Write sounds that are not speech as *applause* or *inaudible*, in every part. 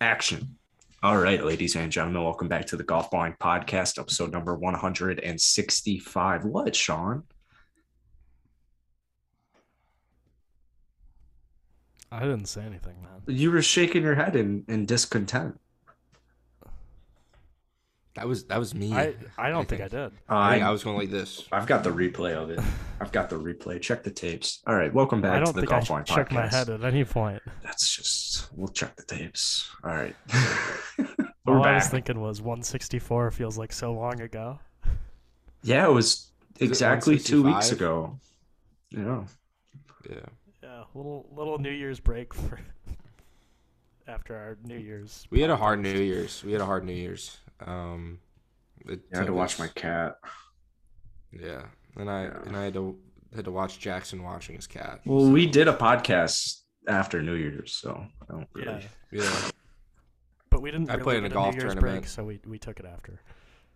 Action. All right, ladies and gentlemen, welcome back to the Golf Balling Podcast, episode number 165. What, Sean? I didn't say anything, man. You were shaking your head in, in discontent. That was that was me. I, I *laughs* don't think I did. I, I, think I was going like this. I've got the replay of it. I've got the replay. Check the tapes. All right, welcome back I to don't the think I Golf should Balling check Podcast. my head at *laughs* any point. That's just, we'll check the tapes. All right. *laughs* We're All I was back. thinking was 164 feels like so long ago. yeah, it was it exactly two weeks 165? ago. Yeah. Yeah. Yeah, little little New Year's break *laughs* for after our New Mm. Year's. We had a hard New Year's. We had a hard New Year's. Um, it I had to took watch us- my cat. Yeah, and I Yeah. and I had to had to watch Jackson watching his cat. Well, we did a podcast after New Year's, so I don't really. Yeah, Yeah, Yeah, but we didn't. I Really played in a get golf New Year's tournament. break, so we we took it after.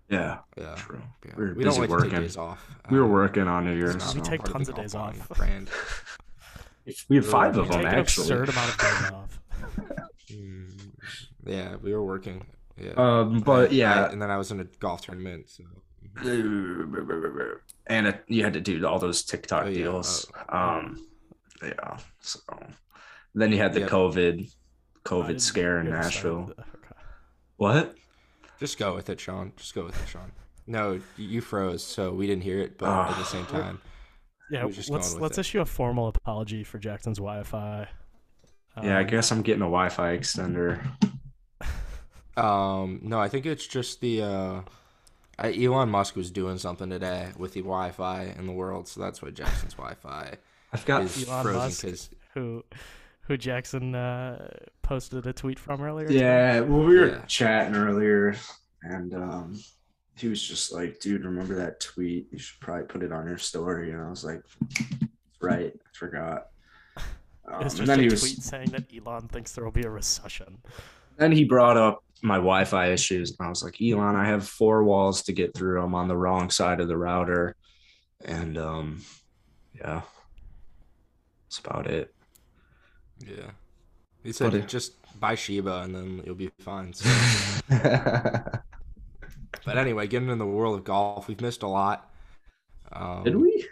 yeah. true. yeah. We were we don't busy like to working. take days off. We were Um, working on New it's Year's. not so- We take part tons the of days golf off. Brand. We have five We of were them Take an actually. absurd amount of *laughs* days off. Mm, yeah, we were working. Yeah. Um, but I- yeah, and then I was in a golf tournament. So and it, you had to do all those TikTok Oh, yeah. deals. Um, yeah. So then you had the Yeah. COVID, I COVID didn't scare in get excited. Nashville. Okay. What? just go with it, Sean. Just go with it, Sean. No, you froze, so we didn't hear it, but at the Ah. same time, Yeah, We're just going let's with let's it. issue a formal apology for Jackson's Wi-Fi. Yeah, I Um, guess I'm getting a Wi-Fi extender. Um, no, I think it's just the uh, I, Elon Musk was doing something today with the Wi-Fi in the world, so that's why Jackson's Wi-Fi I've got is Elon Musk. frozen because who who Jackson uh, posted a tweet from earlier. today. Yeah, well, we were Yeah. chatting earlier, and um, he was just like, "Dude, remember that tweet? You should probably put it on your story." And I was like, "Right, I forgot." Um, *laughs* and It's just then a he tweet was. saying that Elon thinks there will be a recession. Then he brought up my Wi-Fi issues, and I was like, "Elon, I have four walls to get through. I'm on the wrong side of the router," and um, yeah, that's about it. *laughs* yeah, he said Buddy. just buy Shiba and then you'll be fine. So. but anyway, getting in the world of golf, we've missed a lot. Um, Did we?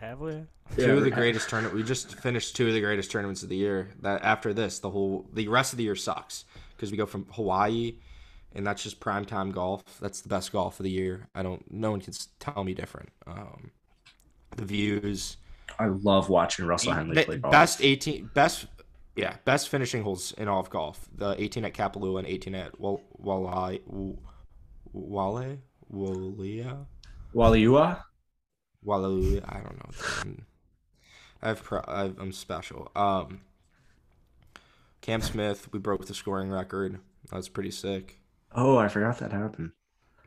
Have we? Two Yeah, of the we- greatest tournament. We just finished two of the greatest tournaments of the year. That after this, the whole the rest of the year sucks because we go from Hawaii, and that's just prime time golf. That's the best golf of the year. I don't. No one can s- tell me different. Um, the views. I love watching Russell Henley Be- play golf. Best eighteen. Best. Yeah, best finishing holes in all of golf. The 18 at Kapalua and 18 at Wal- Walai, Wale, Wale, Walia. Waliua. Wallaby, I don't know. man. I've pro- I've, I'm special. Um, Cam Smith, we broke the scoring record. That was pretty sick. Oh, I forgot that happened.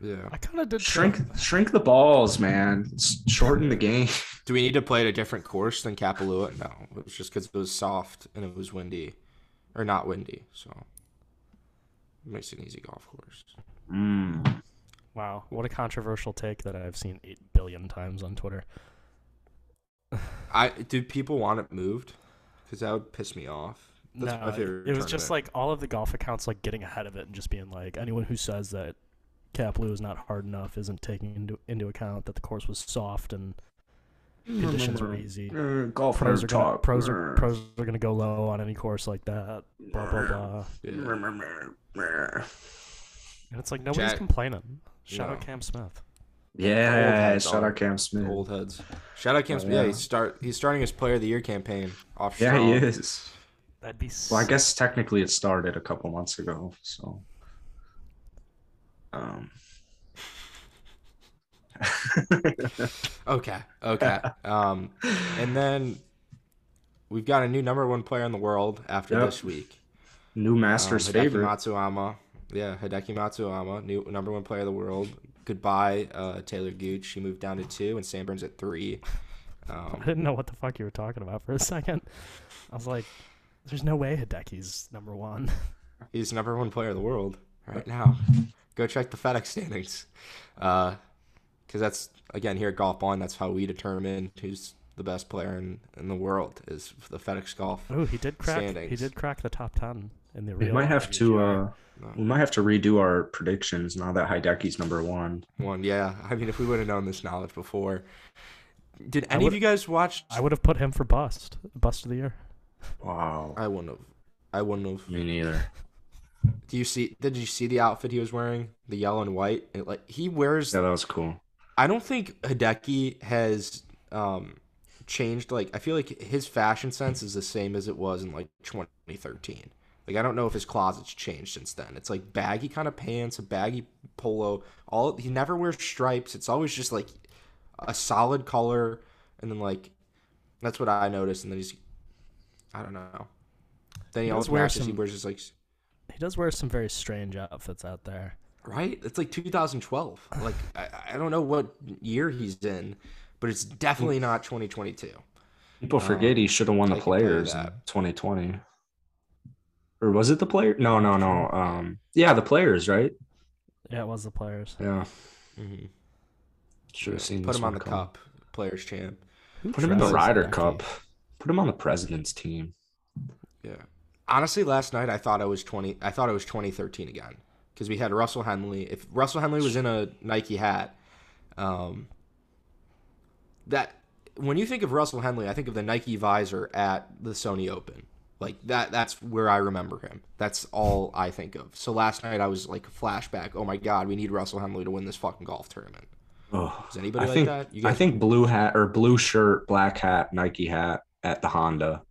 Yeah. I kind of did Shrink, think- shrink the balls, man. S- Shorten the game. Do we need to play at a different course than Kapalua? No, it was just because it was soft and it was windy, or not windy. So it makes it an easy golf course. Mm. Wow, what a controversial take that I've seen eight billion times on Twitter. I do people want it moved? Because that would piss me off. That's no, my it- favorite. it was just tournament. like all of the golf accounts like getting ahead of it and just being like, anyone who says that Kapalua is not hard enough isn't taking into into account that the course was soft and Conditions were easy. Uh, golf Mm, pros nerd are gonna, talk. pros are Uh, pros are gonna go low on any course like that. Blah blah blah. Yeah. And it's like nobody's Jack- complaining. Shout out No. Cam Smith. Old Yeah, head shout dog. out Cam Smith. old heads. Shout out Cam Smith. Oh, yeah. Yeah, he's start. He's starting his Player of the Year campaign off. Yeah, strong. he is. That'd be. Well, I sick. guess technically it started a couple months ago, so. Um. Okay, *laughs* okay. um, and then we've got a new number one player in the world after Yep. this week. New Um, master's Hideki favorite. Matsuyama. Yeah, Hideki Matsuyama, new number one player of the world. Goodbye, uh, Taylor Gooch. She moved down to two, and Sam Burns at three. *laughs* I Um, didn't know what the fuck you were talking about for a *laughs* second. I was like, "There's no way Hideki's number one." *laughs* he's number one player of the world right now. Go check the FedEx Uh, standings, because that's again here at Golf Bond. That's how we determine who's the the best player in, in the world is the FedEx Golf. Oh, he did crack. He Standings. did crack the top ten in the. We real might have to WGR. uh we might have to redo our predictions now that Hideki's number one. One, yeah. I mean, if we would have known this knowledge before, did any would- of you guys watch? I would have put him for bust, bust of the year. Wow. I wouldn't have. I wouldn't have. Me neither. Do you see? Did you see the outfit he was wearing? The yellow and white. It, like he wears. Yeah, that was cool. I don't think Hideki has um changed. Like I feel like his fashion sense is the same as it was in like 2013. Like I don't know if his closet's changed since then. It's like baggy kind of pants, a baggy polo. All he never wears stripes. It's always just like a solid color, and then like that's what I noticed. And then he's, I don't know. Then he, He does always wear matches. He some- wears just like He does wear some very strange outfits out there. Right? It's like 2012. Like I, I don't know what year he's in, but it's definitely not 2022. People forget he should have won the I can tell you players in that. 2020. Or was it the player? No, no, no. Um, yeah, the players, right? Yeah, it was the players. Yeah, Mm-hmm. should have seen. Put this him on one the come. cup, Players Champ. Who Put him in the dresses Ryder Hideki? Cup. Put him on the President's team. Yeah. Honestly, last night I thought I was 20. I thought it was 2013 again because we had Russell Henley. If Russell Henley was in a Nike hat, um, that when you think of Russell Henley, I think of the Nike visor at the Sony Open. Like that. That's where I remember him. That's all I think of. So last night I was like flashback. Oh my God, we need Russell Henley to win this fucking golf tournament. Oh, Is anybody I like think that? You I think blue hat or blue shirt, black hat, Nike hat at the Honda.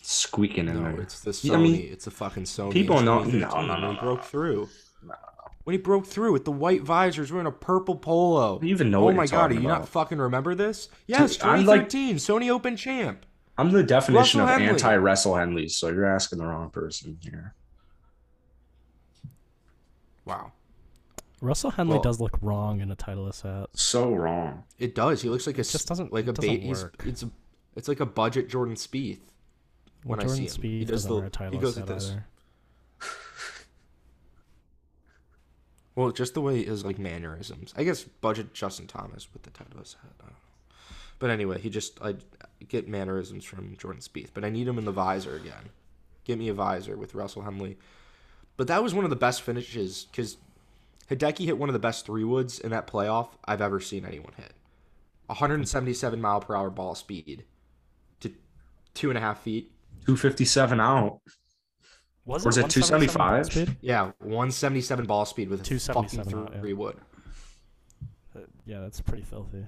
Squeaking in No, there. it's the Sony. Yeah, I mean, it's the fucking Sony. people It's know- 2013. no, no, When no, he broke through. When he broke through with the white visors, wearing a purple polo. You even know Oh what my you're god, do talking you about. not fucking remember this? Yes, I'm like- 2013 Sony Open champ. I'm the definition Russell of Henley. anti wrestle Henley, so you're asking the wrong person here. Wow, Russell Henley Well- does look wrong in a Titleist hat. So wrong. it does. He looks like a s- just doesn't- like it a doesn't baby. he's- work. It's a it's like a budget Jordan Spieth. When I Jordan see him, Spieth he does doesn't the wear a Titleist he goes hat like this. either. Well, just the way his like mannerisms. I guess budget Justin Thomas with the Titleist hat. I don't know. But anyway, he just I get mannerisms from Jordan Spieth, but I need him in the visor again. Get me a visor with Russell Henley. But that was one of the best finishes because Hideki hit one of the best three woods in that playoff I've ever seen anyone hit. 177 mile per hour ball speed to two and a half feet. 257 out. Was Was it 275? 177 Yeah, 177 ball speed with a fucking 277 out, yeah. three wood. speed? Uh, Yeah, that's pretty filthy.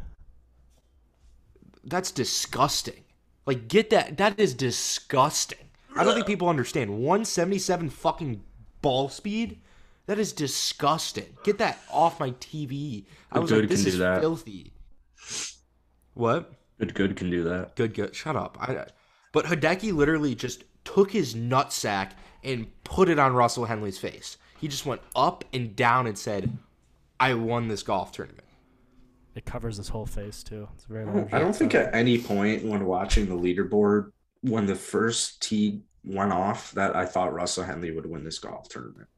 That's disgusting. Like, get that. That is disgusting. I don't think people understand. 177 fucking ball speed? That is disgusting. Get that off my TV. I A was dude like, this can do is that. filthy. What? Good, good can do that. Good, good. Shut up. I, but Hideki literally just took his nutsack and put it on Russell Henley's face. He just went up and down and said, I won this golf tournament. It covers his whole face too. It's a very I large. Oh, don't, I don't hat, think so- at any point when watching the leaderboard, when the first tee went off, that I thought Russell Henley would win this golf tournament.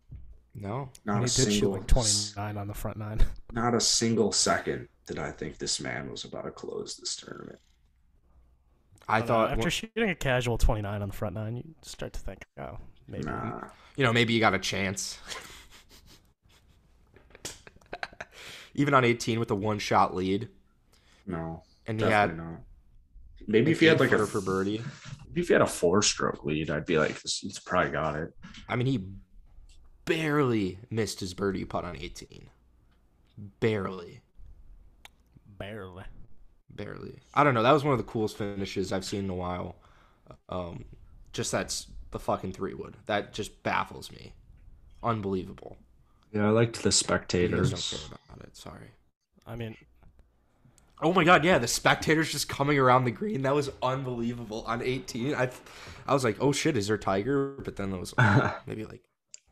No. Not And a he did shoot single, like 29 on the front nine. not a single second did I think this man was about to close this tournament. *laughs* I, thought. after shooting a casual 29 on the front nine, you start to think, oh, maybe. Nah, you know, maybe you got a chance. Even on 18 with a one shot lead. no, And he definitely had not. Maybe if you had like a eight-footer for birdie. if you had a four stroke lead, I'd be like, this, he's probably got it. I mean, he barely missed his birdie putt on 18. Barely. Barely. Barely. I don't know. That was one of the coolest finishes I've seen in a while. Um, just that's the fucking three wood. That just baffles me. Unbelievable. Yeah, I liked the You guys don't spectators. care about it. Sorry. I mean, Oh my god, yeah, the spectators just coming around the green. That was unbelievable. On 18, I I was like, "Oh shit, is there Tiger?" But then *laughs* there was like, maybe like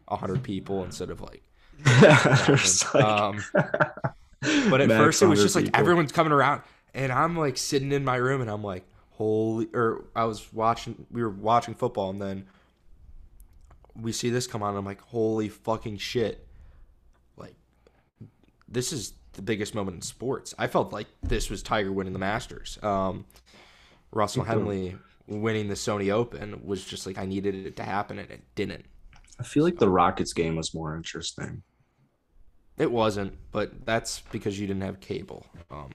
100 people instead of like *laughs* It's like- um but at Max first it was 100 just like people. everyone's coming around and I'm like sitting in my room and I'm like, "Holy or I was watching we were watching football and then we see this come on and I'm like, "Holy fucking shit." Like this is the biggest moment in sports. I felt like this was Tiger winning the Masters. Um, Russell Henley winning the Sony Open was just like I needed it to happen, and it didn't. I feel like the Rockets game was more interesting. It wasn't, but that's because you didn't have cable. Um,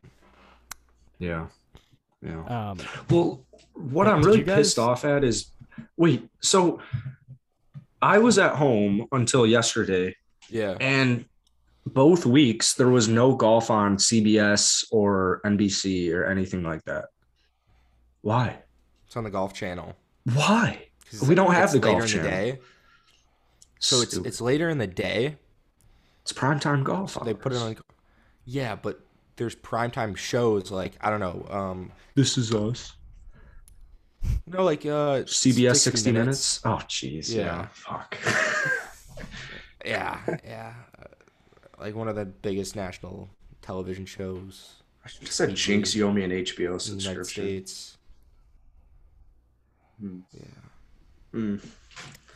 Yeah. Yeah. Um, Well, what Wait, I'm did really you guys- pissed off at is wait, so I was at home until yesterday, yeah. and both weeks there was no golf on CBS or NBC or anything like that. Why? It's on the Golf Channel. Why? 'Cause We don't have it's the Golf later in Channel. day. So it's Stupid. it's later in the day. it's primetime golf. They put it hours. on. Yeah, but there's primetime shows like I don't know. Um, This is us. you know, like uh, CBS 60 minutes. Oh, jeez. Yeah. Yeah. *laughs* Fuck. Yeah, yeah. Uh, like one of the biggest national television shows I should have said jinx. You owe me an HBO in the United subscription. States. Hmm. Yeah. Mm.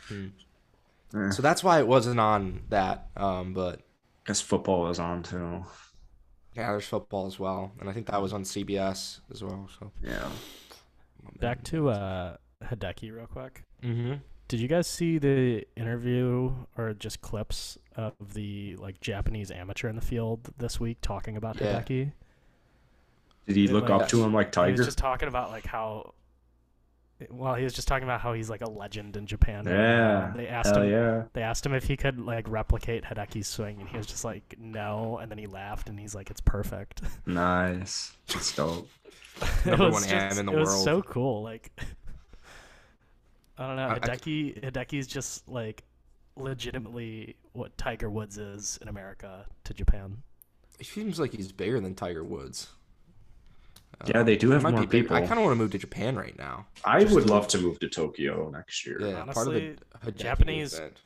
Hmm. Eh, So that's why it wasn't on that. Um, but guess football is on too. yeah, there's football as well, and I think that was on CBS as well. So Yeah. back to uh, Hideki real quick. Mm-hmm. Did you guys see the interview or just clips of the like Japanese amateur in the field this week talking about Yeah. Hideki? Did he It look like- up to him like He Tiger? was just talking about like how. Well, he was just talking about how he's like a legend in Japan. right now, Yeah. and They asked Hell him. yeah. They asked him if he could like replicate Hideki's swing, and he was just like, "No." And then he laughed, and he's like, "It's perfect." Nice. That's dope. It *laughs* Number was one am in the it was world. so cool. Like, *laughs* I don't know. I- I- Hideki Hideki's just like legitimately what Tiger Woods is in America to Japan. He seems like he's bigger than Tiger Woods. Yeah, they do He have might more be bigger. people. I kind of want to move to Japan right now. I would love to move to Tokyo next year. Yeah, Honestly, part of the Hideki Japanese- movement.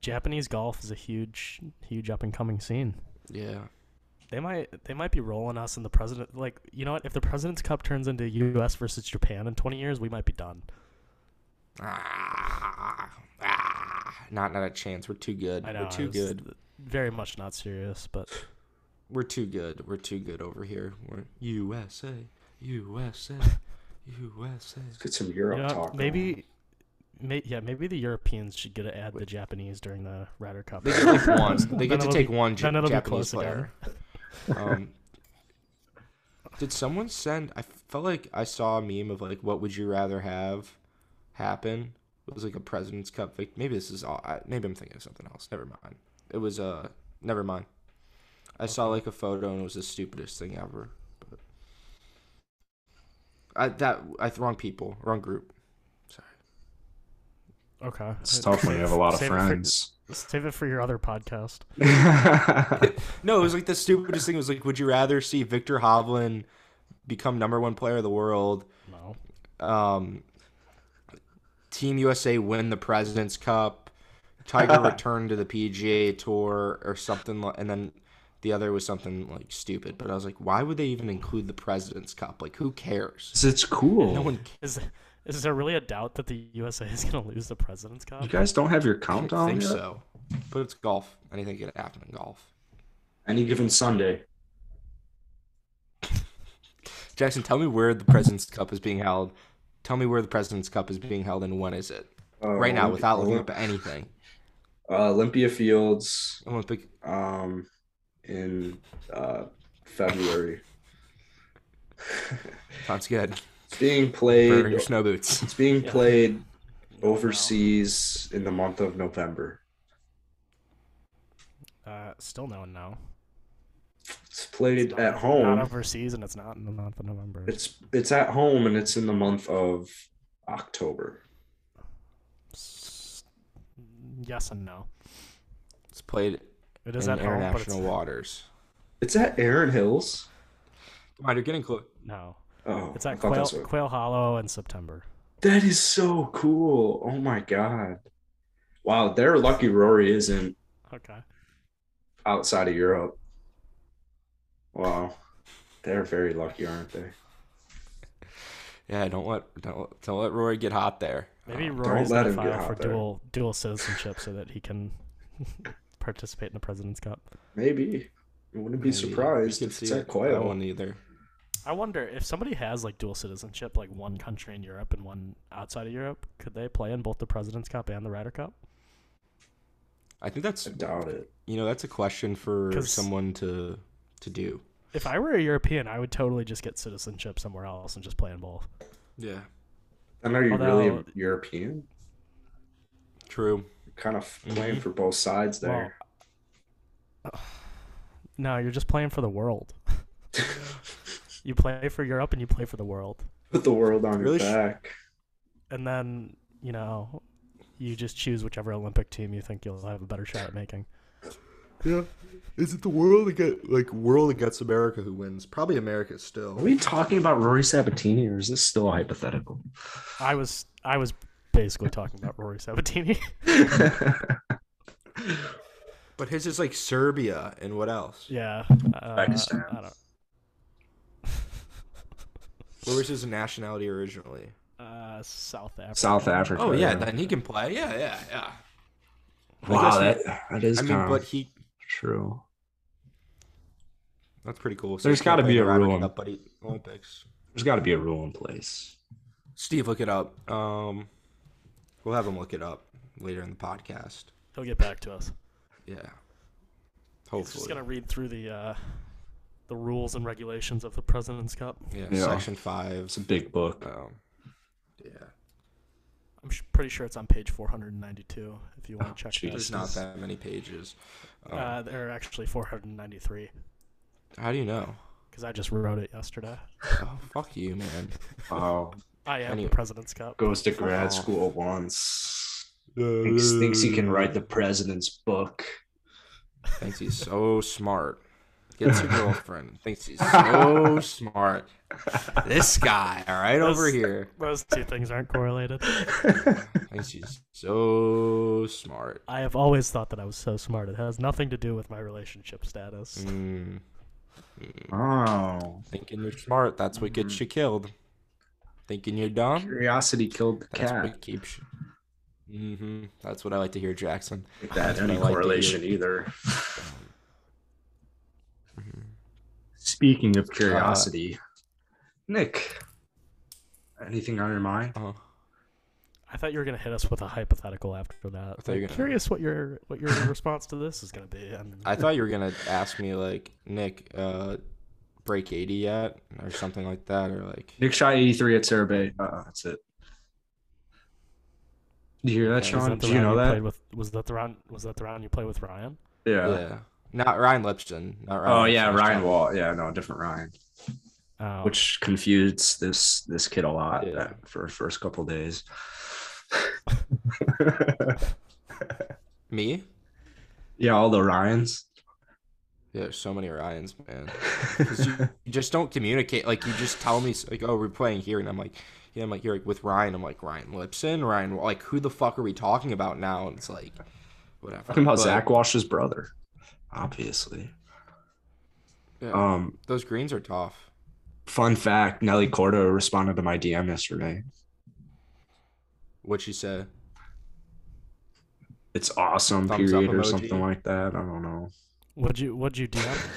Japanese golf is a huge, huge up and coming scene. Yeah, They might they might be rolling us in the president like you know what if the president's cup turns into U.S. versus Japan in 20 years we might be done. Ah, ah, not not a chance. We're too good. I know We're too it's good. Very much not serious, but We're too good. We're too good over here. We're USA, USA, USA. Let's get some you Europe know, talk. what, maybe, may, yeah maybe the Europeans should get to add the Japanese during the Ryder Cup. They get to *laughs* take one. They Then get to it'll take be- one Ja- then it'll be Japanese close player. *laughs* Um, did someone send? I felt like I saw a meme of like, what would you rather have happen? It was like a President's Cup. Like maybe this is all. I, maybe I'm thinking of something else. Never mind. It was uh, never mind. I saw like a photo and it was the stupidest thing ever. But I that I wrong people, wrong group. Sorry. Okay. It's tough when you have a lot of friends. save it for your other podcast. No, it was like the stupidest thing. Was like, would you rather see Victor Hovland become number one player of the world? No. Um, Team USA win the President's Cup. Tiger return to the PGA Tour or something, li- and then the other was something like stupid. But I was like, why would they even include the President's Cup? Like, who cares? *laughs* it's cool. No one. Cares. Is is there really a doubt that the USA is going to lose the President's you Cup? guys don't have your I don't countdown think yet? so. But it's golf. Anything could happen in golf. Any given Sunday. Jackson, tell me where the President's Cup is being held. Tell me where the President's Cup is being held, and when is it? Uh, right now Olympi- without looking Olymp- up at anything. uh, Olympia Fields Olympic. um, in uh, February. *laughs* Sounds good. It's being For your played. snow boots. It's being Yeah. played overseas in the month of November. Uh, still no one now. It's played at home. Not overseas, and it's not in the month of November. It's it's at home and it's in the month of October. S- yes and no. It's played It is in at home, but it's international waters. It's at Aaron Hills. Come on, you're getting close. no. Oh, It's I at thought Quail, that's what- Quail Hollow in September. that is so cool. Oh my god. Wow, they're lucky Rory isn't Okay. outside of Europe. Wow. They're very lucky, aren't they? Yeah, don't let don't, don't let Rory get hot there. Maybe Um, Rory's Uh, let going to him get file out for there. dual *laughs* dual citizenship so that he can participate in the President's Cup. Maybe. I wouldn't be surprised You can if see it's at it. I Quail. wouldn't either. I wonder if somebody has like dual citizenship, like one country in Europe and one outside of Europe, could they play in both the President's Cup and the Ryder Cup? I think that's I doubt it. you know that's a question for 'Cause- someone to to do. If I were a European, I would totally just get citizenship somewhere else and just play in both. Yeah, And are you really Although- European? true. Kind of playing for both sides Well, there. *sighs* no, you're just playing for *laughs* the world. you play for Europe and you play for the world. Put the world on Really sh- your back. And then, you know, you just choose whichever Olympic team you think you'll have a better shot at making. Yeah, is it the world against like world against America who wins? Probably America Are still. we talking about Rory Sabatini, or is this still a *laughs* hypothetical? I was I was basically talking about Rory Sabatini. *laughs* But his is like Serbia and what else? yeah. Uh, Pakistan. I don't Where was his nationality originally? uh, South Africa. South Africa. Oh yeah, then he can play. Yeah, yeah, yeah. Wow, I guess- that, that is I kind mean, of but he true. that's pretty cool. There's he can't gotta play be in a the Ryder rule. Cup, but he, Olympics. There's got to be a rule in place. Steve, look it up. Um, we'll have him look it up later in the podcast. He'll get back to us. Yeah, He's just hopefully. gonna read through the uh, the rules and regulations of the President's Cup. Yeah, Yeah. section five. It's a big book. Um, yeah, I'm sh- pretty sure it's on page 492. If you Oh, want to check Jesus. there's not that many pages. that, Um, uh, there are actually 493 how do you know? because I just wrote it yesterday. Oh, fuck you, man. Wow, I am Anyway. the President's Cup. goes to grad Wow. school once. *laughs* Thinks, thinks he can write the president's book. *laughs* Thinks he's so smart. Gets a girlfriend. Thinks he's so smart. This guy, all right, over That's- here. Those two things aren't correlated. Thinks he's so smart. I have always thought that I was so smart. It has nothing to do with my relationship status. Mm, Oh, thinking you're smart, that's what gets you killed. Thinking you're dumb, curiosity killed the that's cat. what keeps you. Mm-hmm. That's what I like to hear, Jackson. That That's what I any like to correlation either. Mm-hmm. Speaking of curiosity, Nick, anything on your mind? Uh-huh. I thought you were gonna hit us with a hypothetical after that. I thought you were I'm gonna- curious what your what *laughs* your response to this is gonna be. I mean, I thought you were gonna ask me like Nick, uh, break eighty yet, or something like that, or like Nick shot 83 at Cerebay. Uh, that's it. Do you hear that, Okay. was Sean? that the Did you round know Played that? with, was that the round? Was that the round you played with Ryan? Yeah. yeah, not Ryan Lipson, not Ryan. Oh yeah, Lipson. Ryan Wall. Yeah, no, different Ryan, Oh, which confused this this kid a lot Yeah. that for first couple *laughs* days. Me? yeah, all the Ryans. *laughs* Yeah, there's so many Ryans, man. 'Cause you, you just don't communicate. Like you just tell me like, oh, we're playing here, and I'm like, yeah, I'm like, you're like with Ryan. I'm like Ryan Lipson, Ryan. Wall. Like who the fuck are we talking about now? And it's like, whatever. Talking about But, Zach Wash's brother, obviously. yeah, Um, those greens are tough. fun fact: Nelly Corda responded to my DM yesterday. What she said. It's awesome, Thumbs up period, or emoji. something like that. I don't know. what'd you what'd *laughs* you DM?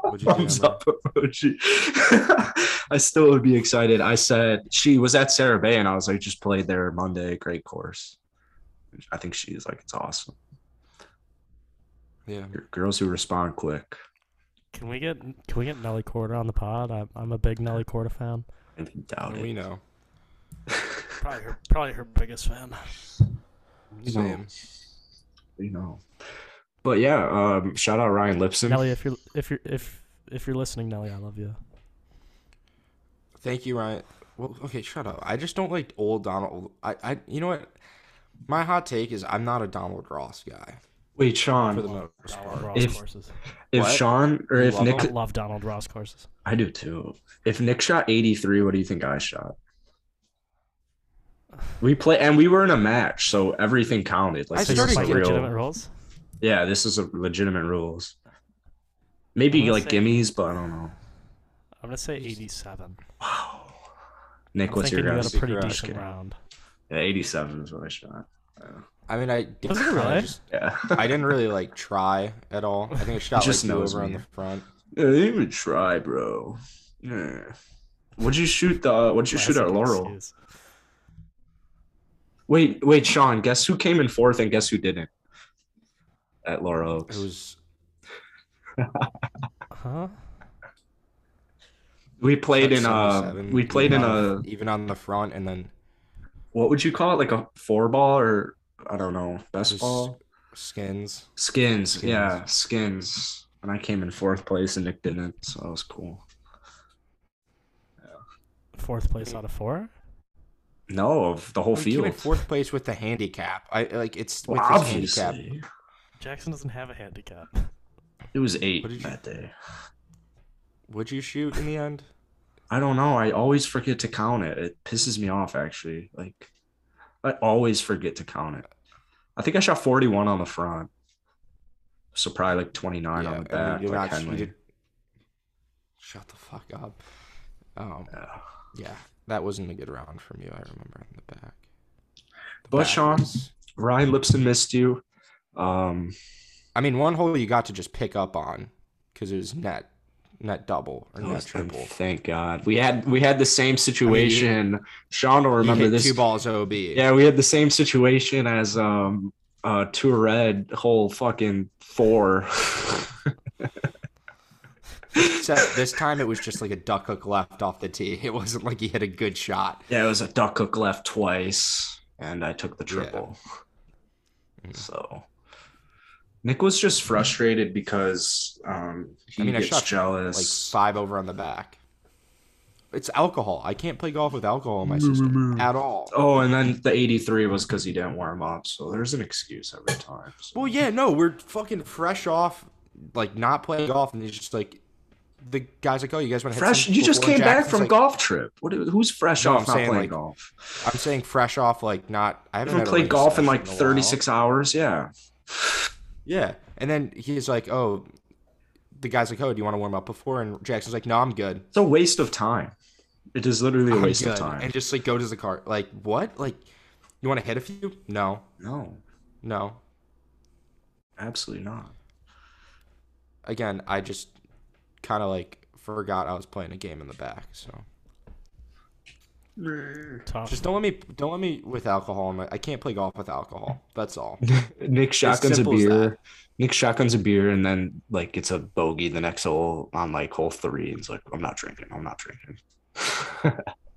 What'd you do, Thumbs Emma? up emoji. *laughs* I still would be excited. I said she was at Sarah Bay, and I was like, just played there Monday. Great course. I think she's like, it's awesome. Yeah. G- Girls who respond quick. Can we get can we get Nelly Corda on the pod? I'm, I'm a big Nelly Corda fan. I doubt We it. know. Probably her probably her biggest fan. *laughs* You know, Same. you know. But yeah, um, shout out Ryan Lipson. Nelly, if you're if you're if if you're listening, Nelly, I love you. Thank you, Ryan. Well, okay, shut up. I just don't like old Donald. I, I, you know what? My hot take is I'm not a Donald Ross guy Wait, Sean. for the most Donald part. Ross If- courses. if What? Sean or if Love Nick, I love Donald Ross courses. I do too. If Nick shot 83, what do you think I shot? We play and we were in a match, so everything counted. Like I this is like started like getting- real. legitimate roles. Yeah, this is a legitimate rules. Maybe I'm gonna like say- gimmies, but I don't know. I'm gonna say 87. Wow. Nick, I'm what's your thinking you guess? had a pretty Correct, decent yeah. round. Yeah, 87 is what I shot. Yeah. I mean, I didn't Was it really? just, Yeah. *laughs* I didn't really like try at all. I think I shot Just like two knows over on me. the front. Yeah, they didn't even try, bro. Yeah. What'd you shoot the what'd you shoot at Classic Laurel? excuse. Wait, wait, Sean, guess who came in fourth and guess who didn't? At Laurel It Oaks. was Huh? we played like, in a 77, we played in even on- a even on the front, and then what would you call it? Like a four ball or I don't know, best Just ball? skins. Skins, skins. yeah, skins. And I came in fourth place and Nick didn't, so that was cool. Fourth place out of four? No, of the whole We came in field. fourth place with the handicap. I like it's Well, with this handicap. obviously. Jackson doesn't have a handicap. It was eight What did you- that day. Would you shoot in the end? I don't know. I always forget to count it. It pisses me off actually. Like I always forget to count it. I think I shot 41 on the front. So probably like 29 on the I mean, back. you're like not- you Henley. did- Shut the fuck up. Um, Yeah. yeah, that wasn't a good round from you. I remember on the back. The But back Sean- was- Ryan Lipson missed you. Um I mean, one hole you got to just pick up on because it was net, net double or net triple. thank God. We had we had the same situation. Sean will remember you hit this. two balls OB. Yeah, we had the same situation as um uh Tourette whole fucking four. *laughs* Except this time it was just like a duck hook left off the tee. *laughs* It wasn't like he hit a good shot. Yeah, it was a duck hook left twice, and I took the Yeah. triple. Mm. So Nick was just frustrated because um, he I mean, I gets shot, Like jealous. five over on the back. It's alcohol. I can't play golf with alcohol in my system at all. oh, and then the 83 was because he didn't warm up. So there's an excuse every time. so- Well, yeah, no, we're fucking fresh off, like not playing golf, and it's just like the guys like, oh, you guys want to fresh, you just came back from golf trip. What? Who's fresh No, off I'm not saying, playing like, golf? I'm saying fresh off, like not. I I haven't haven't had a played race golf in session like a while. 36 hours. Yeah. Yeah, and then he's like, oh, the guys like, oh, do you want to warm up before? And Jackson's like, no, I'm good. It's a waste of time. It is literally a I'm waste of Oh, good," time. And just like go to the cart. Like what? Like you want to hit a few? No, No, no. absolutely not. Again, I just kind of like forgot I was playing a game in the back. So *laughs* Tough. just don't let me don't let me with alcohol. in my- I can't play golf with alcohol. That's *laughs* all. Nick shotguns a simple as beer. that. Nick shotguns a beer and then like gets a bogey the next hole on like hole three and it's like, I'm not drinking, I'm not *laughs* drinking.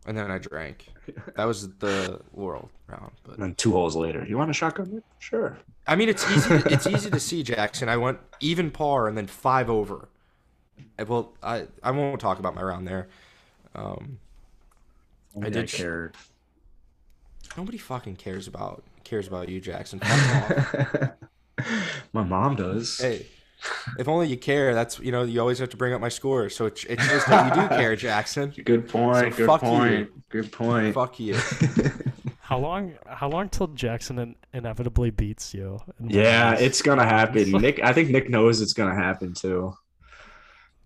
And then I drank. That was the Laurel round. And But then two holes later, you want a shotgun? Nick? Sure. I mean, it's easy. it's easy to see Jackson. I went even par and then five over. I- Well, I I won't talk about my round there. Um, I did sh- care. nobody fucking cares about cares about you, Jackson. Fuck *laughs* off. My mom does. hey, if only you care. That's you know you always have to bring up my score. So it's it's just that you do care, Jackson. Good point. So good, fuck you. point good point. Fuck you. How long? How long till Jackson in- inevitably beats you? in one of Yeah, these? it's gonna *laughs* happen. Nick I think Nick knows it's gonna happen too.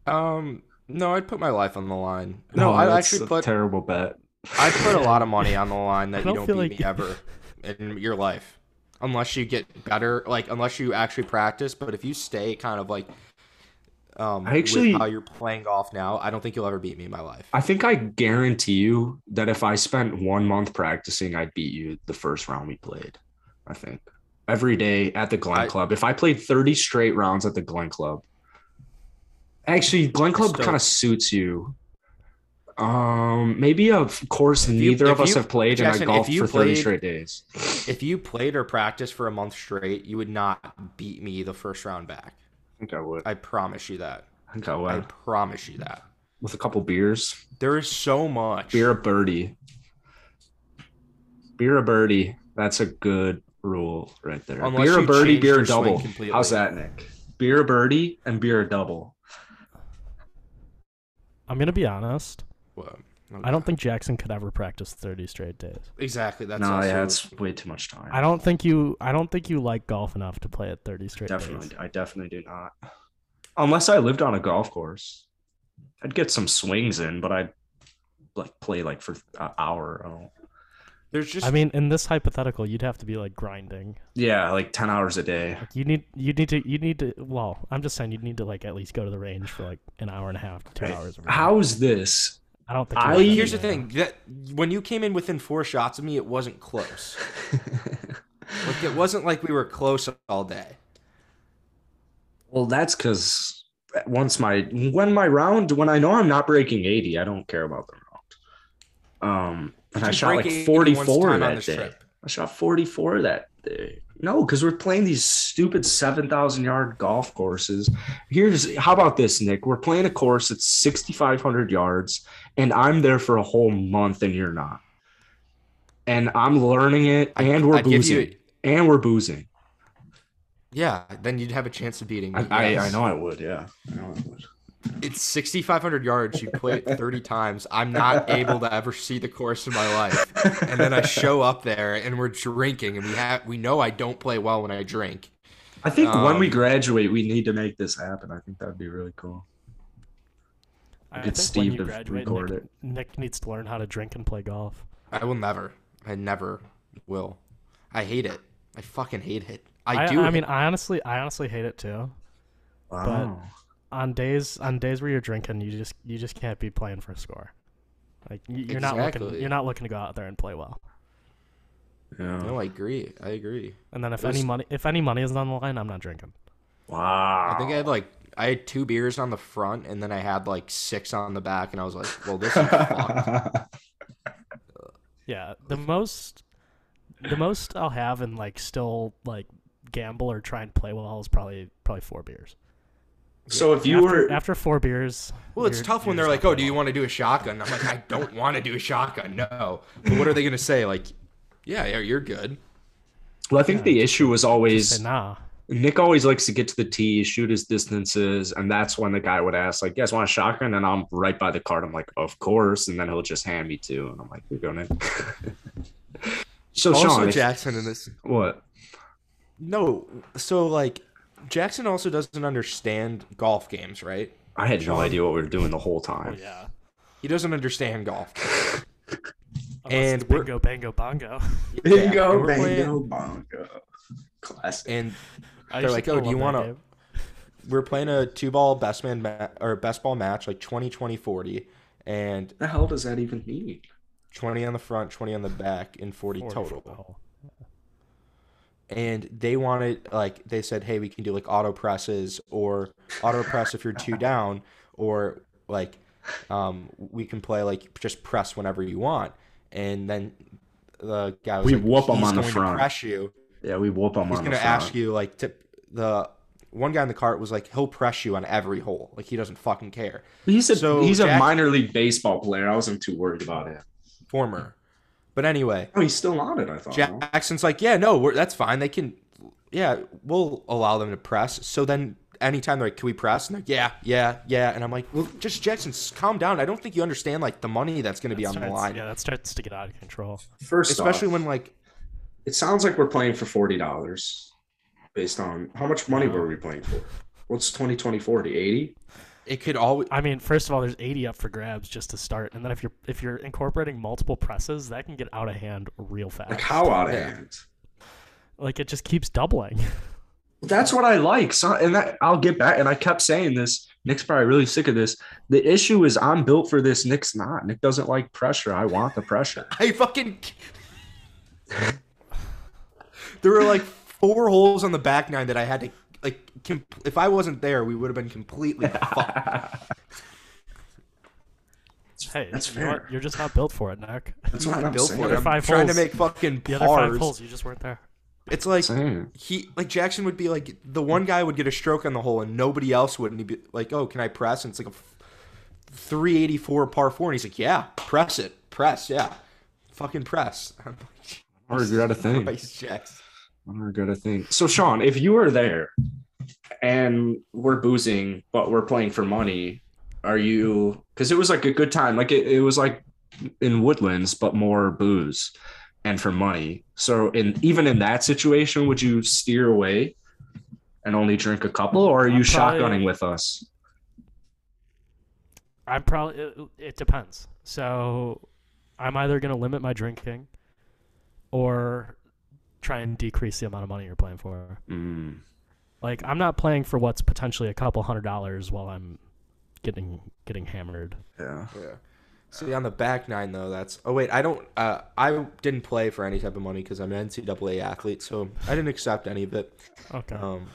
Um, no, I'd put my life on the line. No, I Oh, that's actually a put terrible bet. I put a lot of money on the line I that don't you don't beat feel like- me ever in your life, unless you get better. Like unless you actually practice. But if you stay kind of like, um, I with actually- how you're playing golf now, I don't think you'll ever beat me in my life. I think I guarantee you that if I spent one month practicing, I'd beat you the first round we played. I think every day at the Glen I- Club. If I played 30 straight rounds at the Glen Club, actually, Glen Club still- kind of suits you. Um, maybe a f- course you- neither of if us you- have played, Jackson, if and I golfed you for 30 played- straight days. I If you played or practiced for a month straight, you would not beat me the first round back. think *laughs* I would. I promise you that. I think I I would. promise you that. With a couple beers, There is so much. beer a birdie, beer a birdie. That's a good rule right there. Unless beer a you birdie, change beer your a swing double. completely. How's that, Nick? Beer a birdie and beer a double. I'm gonna be honest. Whoa. I don't think Jackson could ever practice 30 straight days. exactly. That's no, also, yeah, that's way too much time. I don't think you. I don't think you like golf enough to play at 30 straight definitely, days. I definitely do not. Unless I lived on a golf course, I'd get some swings in, but I'd like play like for an hour. I don't- There's just I mean, in this hypothetical, you'd have to be like grinding. Yeah, like ten hours a day. Like you need you need to you need to well, I'm just saying you need to like at least go to the range for like an hour and a half to two Right. hours. or whatever. How's this? *laughs* I don't think. I- you'll Well, get here's the anywhere. thing that when you came in within four shots of me, it wasn't close. like it wasn't like we were close all day. Well, that's because once my when my round when I know I'm not breaking eighty, I don't care about the round. Um, and I Just shot break like 80 forty once four time on that this day. trip. I shot forty four that day. No, because we're playing these stupid seven thousand yard golf courses. Here's how about this, Nick? We're playing a course that's sixty five hundred yards, and I'm there for a whole month, and you're not. And I'm learning it, and we're I'd give boozing, you, and we're boozing. yeah, then you'd have a chance of beating me. I, I, I yes. know I would. Yeah, I know I would. It's 6,500 yards. You play it 30 times. I'm not able to ever see the course in my life. And then I show up there and we're drinking and we have we know I don't play well when I drink. I think when we Um, graduate, we need to make this happen. I think that'd be really cool. I Get think when Steve you to graduate, record Nick, it. Nick needs to learn how to drink and play golf. I will never. I never will. I hate it. I fucking hate it. I, I, do. I hate mean, I honestly, I honestly hate it too. Wow. On days, on days where you're drinking, you just, you just can't be playing for a score. Like y- you're not looking, Exactly. you're not looking to go out there and play well. yeah. No, I agree. I agree. And then if Those- any money, if any money is on the line, I'm not drinking. Wow. I think I had like I had two beers on the front and then I had like six on the back and I was like, *laughs* well, this is fucked. Yeah, the most, the most I'll have and like still like gamble or try and play well is probably probably four beers. so if you after, were after four beers. Well, it's you're- tough when you're they're just like, not oh, do you want to do a shotgun? I'm like, I don't want to do a shotgun. No. But what are they gonna say? Like, yeah, yeah, you're good. well, I think the issue was playing. always Say, *laughs* nah. Nick always likes to get to the tee, shoot his distances, and that's when the guy would ask, like, "You guys want a shotgun?" And I'm right by the card. I'm like, "Of course," and then he'll just hand me two, and I'm like, "You're going to." *laughs* so Also, Sean, if- Jackson in this. what? No, so like, Jackson also doesn't understand golf games, right? I had no idea what we were doing the whole time. Yeah. He doesn't understand golf. Unless And it's we're- bingo, bango, *laughs* bongo. Yeah, and we're playing- bongo. Classic. And I They're used like, to "Oh, do love you that wanna- game. we're playing a two ball best man ma- or best ball match, like 20, 20, 40. And The hell does that even mean? 20 on the front, 20 on the back, and 40 Or total. football. and they wanted like they said hey we can do like auto presses or auto press if you're two down or like um we can play like just press whenever you want and then the guy was We like, whoop 'em "He's on the going to front. press you Yeah, we whoop them he's on going the to front. ask you like to the one guy in the cart was like he'll press you on every hole like he doesn't fucking care He's a So, he's a Jack- minor league baseball player. I wasn't too worried about him. former but anyway Oh, he's still on it. I thought. no? Jackson's like, yeah, no, we're, that's fine. They can, yeah, we'll allow them to press. So then anytime they're like, can we press? And they're like, yeah, yeah, yeah. And I'm like, well, just Jackson, s- calm down. I don't think you understand like the money that's going to be That on the starts- line, Yeah, that starts to get out of control. First, especially off, when like it sounds like we're playing for forty dollars, based on how much money were we playing for? What's 20, 20, 40, 80? it could always. I mean, first of all, there's 80 up for grabs just to start, and then if you're if you're incorporating multiple presses, that can get out of hand real fast. Like how out of Yeah. hand? Like it just keeps doubling. That's what I like. So, and that I'll get back. And I kept saying this. Nick's probably really sick of this. The issue is I'm built for this. Nick's not. Nick doesn't like pressure. I want the pressure. *laughs* I fucking. *laughs* there were like four holes on the back nine that I had to like. Com- if I wasn't there, we would have been *laughs* completely fucked. hey, That's you know what? fair. You're just not built for it, *laughs* Nick. That's what I'm Built saying. for it. I'm five trying holes. to make fucking The pars. other five holes, you just weren't there. It's like Same. he like Jackson would be like the one guy would get a stroke on the hole and nobody else would, and he'd be like, "Oh, can I press?" And it's like a f- 384 par four, and he's like, "Yeah, press it, press, yeah, fucking press." *laughs* I'm like, I don't regret a thing. I "Christ, Jackson." don't regret a thing. So, Sean, if you were there and we're boozing, but we're playing for money, are you? Because it was like a good time. Like it, it was like in Woodlands, but more booze and for money. So, in even in that situation, would you steer away and only drink a couple, or are you I'm probably- shotgunning with us? I'm probably it, it depends. So I'm either gonna limit my drinking, or try and decrease the amount of money you're playing for. Mm. Like I'm not playing for what's potentially a couple hundred dollars while I'm getting getting hammered. Yeah. Yeah. See, on the back nine though, that's. Oh wait, I don't. Uh, I didn't play for any type of money because I'm an NCAA athlete, so I didn't accept any of it. Okay. Um,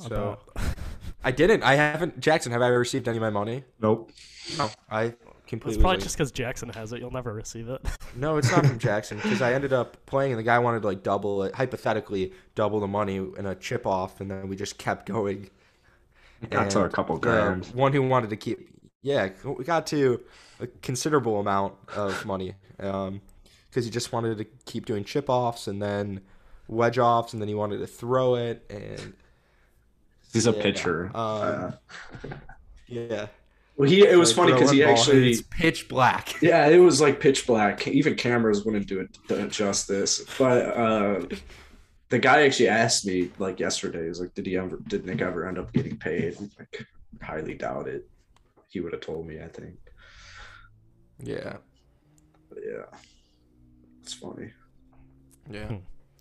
I'll so bet. I didn't. I haven't. Jackson, have I ever received any of my money? Nope. No, I It's completely. probably like- just because Jackson has it. You'll never *laughs* receive it. *laughs* No, it's not from Jackson because I ended up playing and the guy wanted to like double it, hypothetically double the money in a chip off, and then we just kept going. Got to a And couple the grand. one who wanted to keep, yeah, we got to a considerable amount of money because he just wanted to keep doing chip offs and then wedge offs, and then he wanted to throw it, and He's a yeah, pitcher. Um, yeah, well, he it was So funny throw because it he ball, and actually it's pitch black. *laughs* Yeah, it was like pitch black. Even cameras wouldn't do it do it justice. But uh, the guy actually asked me like yesterday, he's like, "Did he ever? Did Nick ever end up getting paid?" I'm like, highly doubt it. He would have told me. I think. Yeah, But yeah, it's funny. yeah.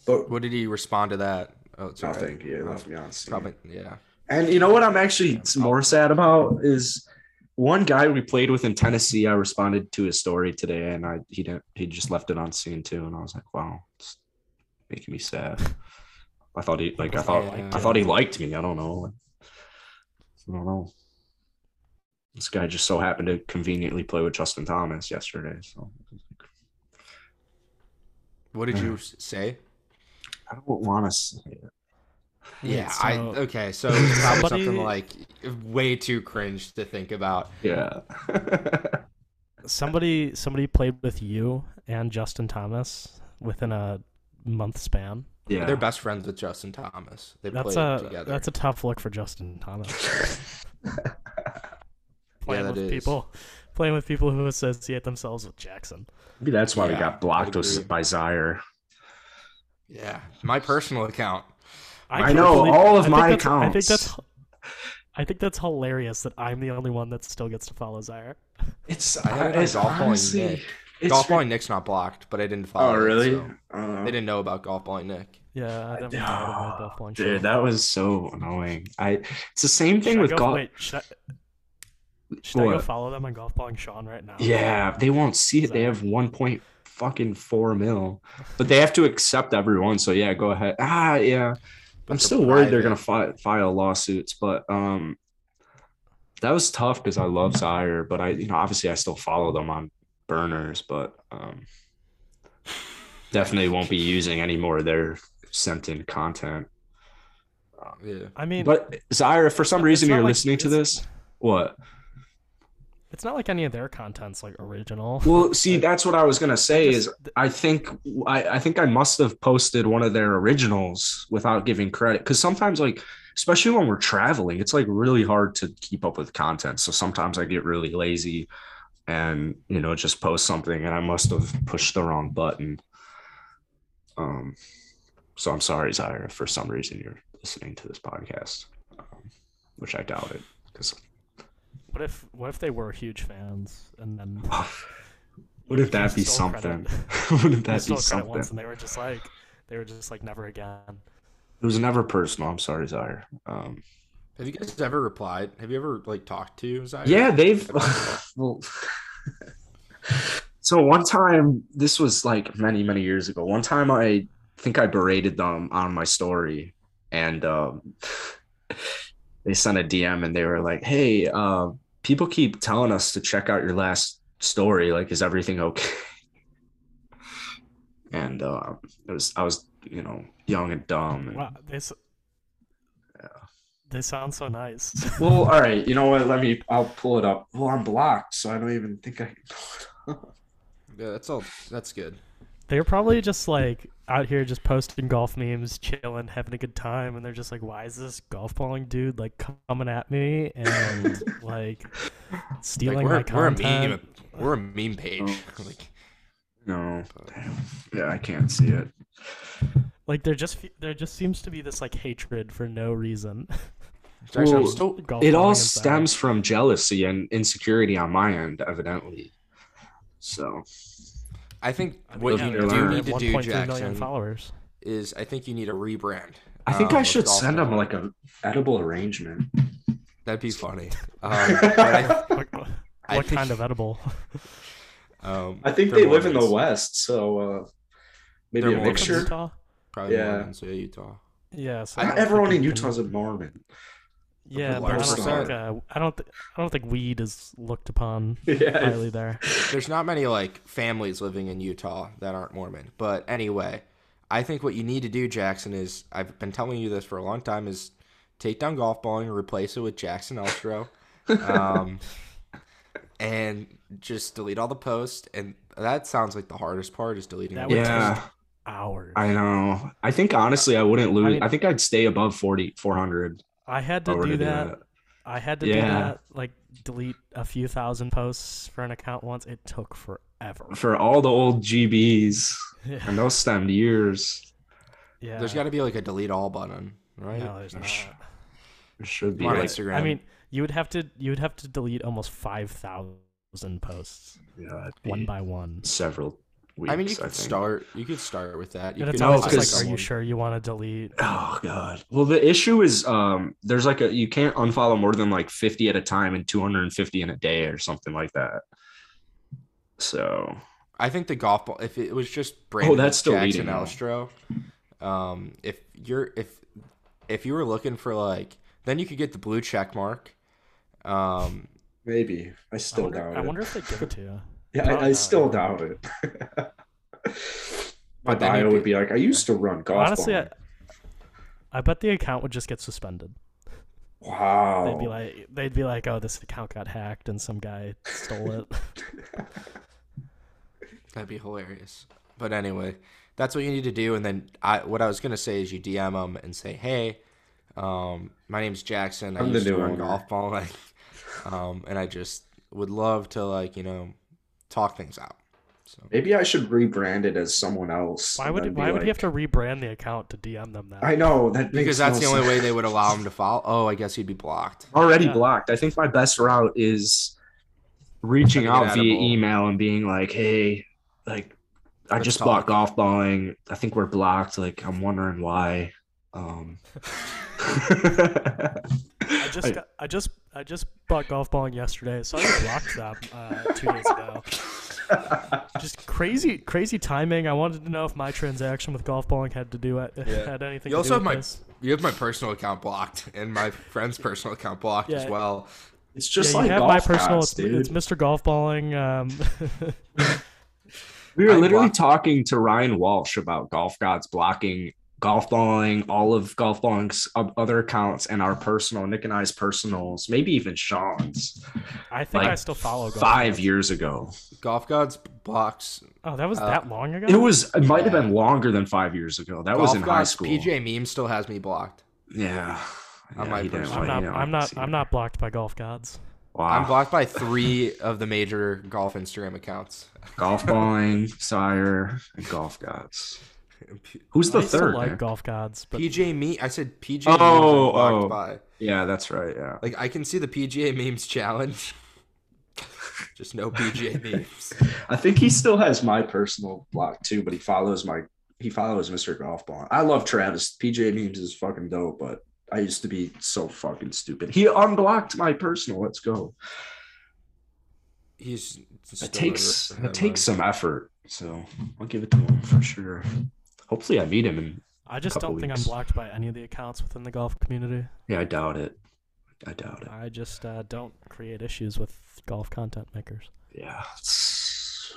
But What did he respond to that? Oh, it's alright. nothing. Yeah, Oh, left me on scene. Probably, yeah. And you know what I'm actually more sad about is one guy we played with in Tennessee. I responded to his story today, and I he didn't he just left it on scene too, and I was like, wow, it's making me sad. I thought he like I thought I thought he liked me. I don't know. I don't know. This guy just so happened to conveniently play with Justin Thomas yesterday. So What did you s- say? I don't want to say it. Yeah, so- I okay. So it's probably Somebody- something like way too cringe to think about. Yeah. *laughs* somebody somebody played with you and Justin Thomas within a month span. yeah. They're best friends with Justin Thomas. They That's played a together. that's a tough look for Justin *laughs* Thomas. playing that with is. people, playing with people who associate themselves with Jackson. Maybe that's why we Yeah, got blocked I'd with- agree. by Zaire. yeah. My personal account. I know, can't all of I think my that's- I think accounts. that's I think that's hilarious that I'm the only one that still gets to follow Zaire. It's I had it on it's golf balling honestly- Nick. it's golf balling Nick's not blocked, but I didn't follow. Oh it, really? so Uh, They didn't know about golf balling Nick. Yeah, I don't Oh, know. dude, that was so annoying. I it's the same thing should I with go, golf. Wait, should I, should I go What? follow them on golf balling Sean right now? Yeah, they won't see it. They have one point fucking four mil, but they have to accept everyone. So yeah, go ahead. Ah, yeah. I'm they're still worried they're gonna private. fi- file lawsuits, but um, that was tough because I love Sire, but I you know obviously I still follow them on burners, but um, definitely won't be using any more of their sent in content. Yeah. I mean, But Zaire, if for some reason not you're like- listening to it's- this, what? it's not like any of their content's like original. Well, see, that's what I was gonna say Just- is I think I, I think I must have posted one of their originals without giving credit because sometimes like especially when we're traveling, it's like really hard to keep up with content. So sometimes I get really lazy and you know just post something and I must have pushed the wrong button. Um, so I'm sorry, Zaire, if for some reason you're listening to this podcast, um, which I doubt it *sighs* because What if what if they were huge fans and then wouldn't You that be stole credit. something? *laughs* *laughs* wouldn't they that stole be credit once something? and they were just like they were just like never again. It was never personal. I'm sorry, Zaire. Um, Have you guys ever replied? Have you ever like talked to Zaire? yeah, they've. *laughs* well, so one time, this was like many, many years ago. One time, I think I berated them on my story, and um, *laughs* they sent a DM and they were like, "Hey, uh, people keep telling us to check out your last story. Like, is everything *laughs* okay?" And uh, it was I was you know young and dumb. And, Wow, this. They sound so nice. *laughs* Well, all right. You know what? Let me. I'll pull it up. Well, I'm blocked, so I don't even think I can pull it up. Yeah, that's all. That's good. They're probably just like out here just posting golf memes, chilling, having a good time, and they're just like, "Why is this golf balling dude like coming at me and like Like, stealing we're, my we're a content?" meme. We're a meme page. *laughs* like, No. Yeah, I can't see it. Like there just fe- there just seems to be this like hatred for no reason. *laughs* Jackson, I'm Oh. Well, still Golf It balling all and Zaire. stems from jealousy and insecurity on my end, evidently. So I think I what think you they're do learning. need to 1.3 do, million Jackson, *laughs* followers. is I think you need a rebrand. I think um, I of should golf send now. them like a edible arrangement. That'd be *laughs* funny. Um, but I, What, I what think- kind of *laughs* edible? um, I think they're they live in the Mormons. West, so uh, maybe They're a Welcome to mixture. Utah? Probably Yeah. Mormons, yeah, Utah. Yeah, so Not don't everyone think in you Utah's can- a Mormon. Yeah, but I large don't percent. think uh, I don't th- I don't think weed is looked upon *laughs* Yeah, highly there. There's not many like families living in Utah that aren't Mormon. But anyway, I think what you need to do, Jackson, is I've been telling you this for a long time is take down golf balling, replace it with Jackson Elstro, *laughs* um, and just delete all the posts. And that sounds like the hardest part is deleting. That the would posts. yeah, Hours. I know. I think honestly, I wouldn't lose. I, mean- think I'd stay above 40, 400. I had if I to Oh, were do to do that. that. I had to do Yeah. that. Like delete a few thousand posts for an account once. It *laughs* took forever. *laughs* For all the old GBs, yeah. and those stemmed years, yeah. There's got to be like a delete all button, right? no, there's not. Sh- there should be on like, Instagram. I mean, you would have to you would have to delete almost five thousand posts yeah, it'd be one by one. several weeks. I mean, you could think. start. You could start with that. You And could it's No, always just, just like, because- are you sure you want to delete? Oh god. Well, the issue is um there's like a you can't unfollow more than like 50 at a time and 250 in a day or something like that. So I think the golf ball. If it was just Brandon that's still Jackson leading, Elstro, um, if you're if if you were looking for like, then you could get the blue check mark. Um, maybe I I wonder, I wonder if they give it to you. yeah, probably not. doubt it. *laughs* My But then bio you'd would be- be like, I used to run golf. Honestly, I, balling." I bet the account would just get suspended. wow. They'd be like, they'd be like, oh, this account got hacked and some guy stole it. That'd be hilarious. But anyway, that's what you need to do. And then I, what I was gonna say is you DM them and say, "Hey, um, my name's Jackson. I I'm the used to new run owner." golf ball, *laughs* like, um, and I just would love to like you know talk things out." So maybe I should rebrand it as someone else. why and would then it, be why would he have like- to rebrand the account to DM them that? I know that makes because that's no the only sense. way they would allow him to follow. Oh, I guess he'd be blocked. *laughs* already Yeah. blocked. I think my best route is reaching Sending it out at a via bowl. email and being like, "Hey, like, I Let's just talk. bought golf balling. I think we're blocked. Like, I'm wondering why." Um, I just got, I just I just bought golf balling yesterday, so I blocked them uh, two days ago. Just crazy crazy timing. I wanted to know if my transaction with golf balling had to do it, *laughs* had anything. You to also do have with my- this. You have my personal account blocked and my friend's personal account blocked as Yeah. well. *laughs* it's just yeah, like you have golf my personal. carts, dude. it's, it's Mr. Golf Balling. Um, *laughs* We were I literally blocked- talking to Ryan Walsh about golf gods blocking golf balling, all of golf balling's o- other accounts, and our personal Nick and I's personals, maybe even Sean's, I think Like, I still follow golf. five years ago. Golf Gods blocks. Oh, that was Uh, that long ago. It was. It might have Yeah. been longer than five years ago. That golf was in Gods high school. PJ Meme still has me blocked. Yeah. On Yeah, my he didn't personal- want- I'm he not. didn't I'm want not. to see I'm it. not blocked by golf gods. Wow. I'm blocked by three of the major golf *laughs* Instagram accounts. *laughs* golf balling, sire, and golf gods. Who's the I still third? like Nick? golf gods, but PJ Me, I said PJ. Oh, memes I'm blocked oh. by. Yeah, that's right. Yeah. Like I can see the PGA memes challenge. *laughs* Just no *laughs* PGA memes. I think he still has my personal block too, but he follows my he follows Mr. Golf Ball. I love Travis. PJ memes is fucking dope, but I used to be so fucking stupid. He unblocked my personal. Let's go. He's. still It takes over- it takes some effort, so I'll give it to him for sure. Hopefully, I meet him and I just couple don't think I'm weeks. blocked by any of the accounts within the golf community. Yeah, I doubt it. I doubt it. I just uh, don't create issues with golf content makers. Yeah. it's-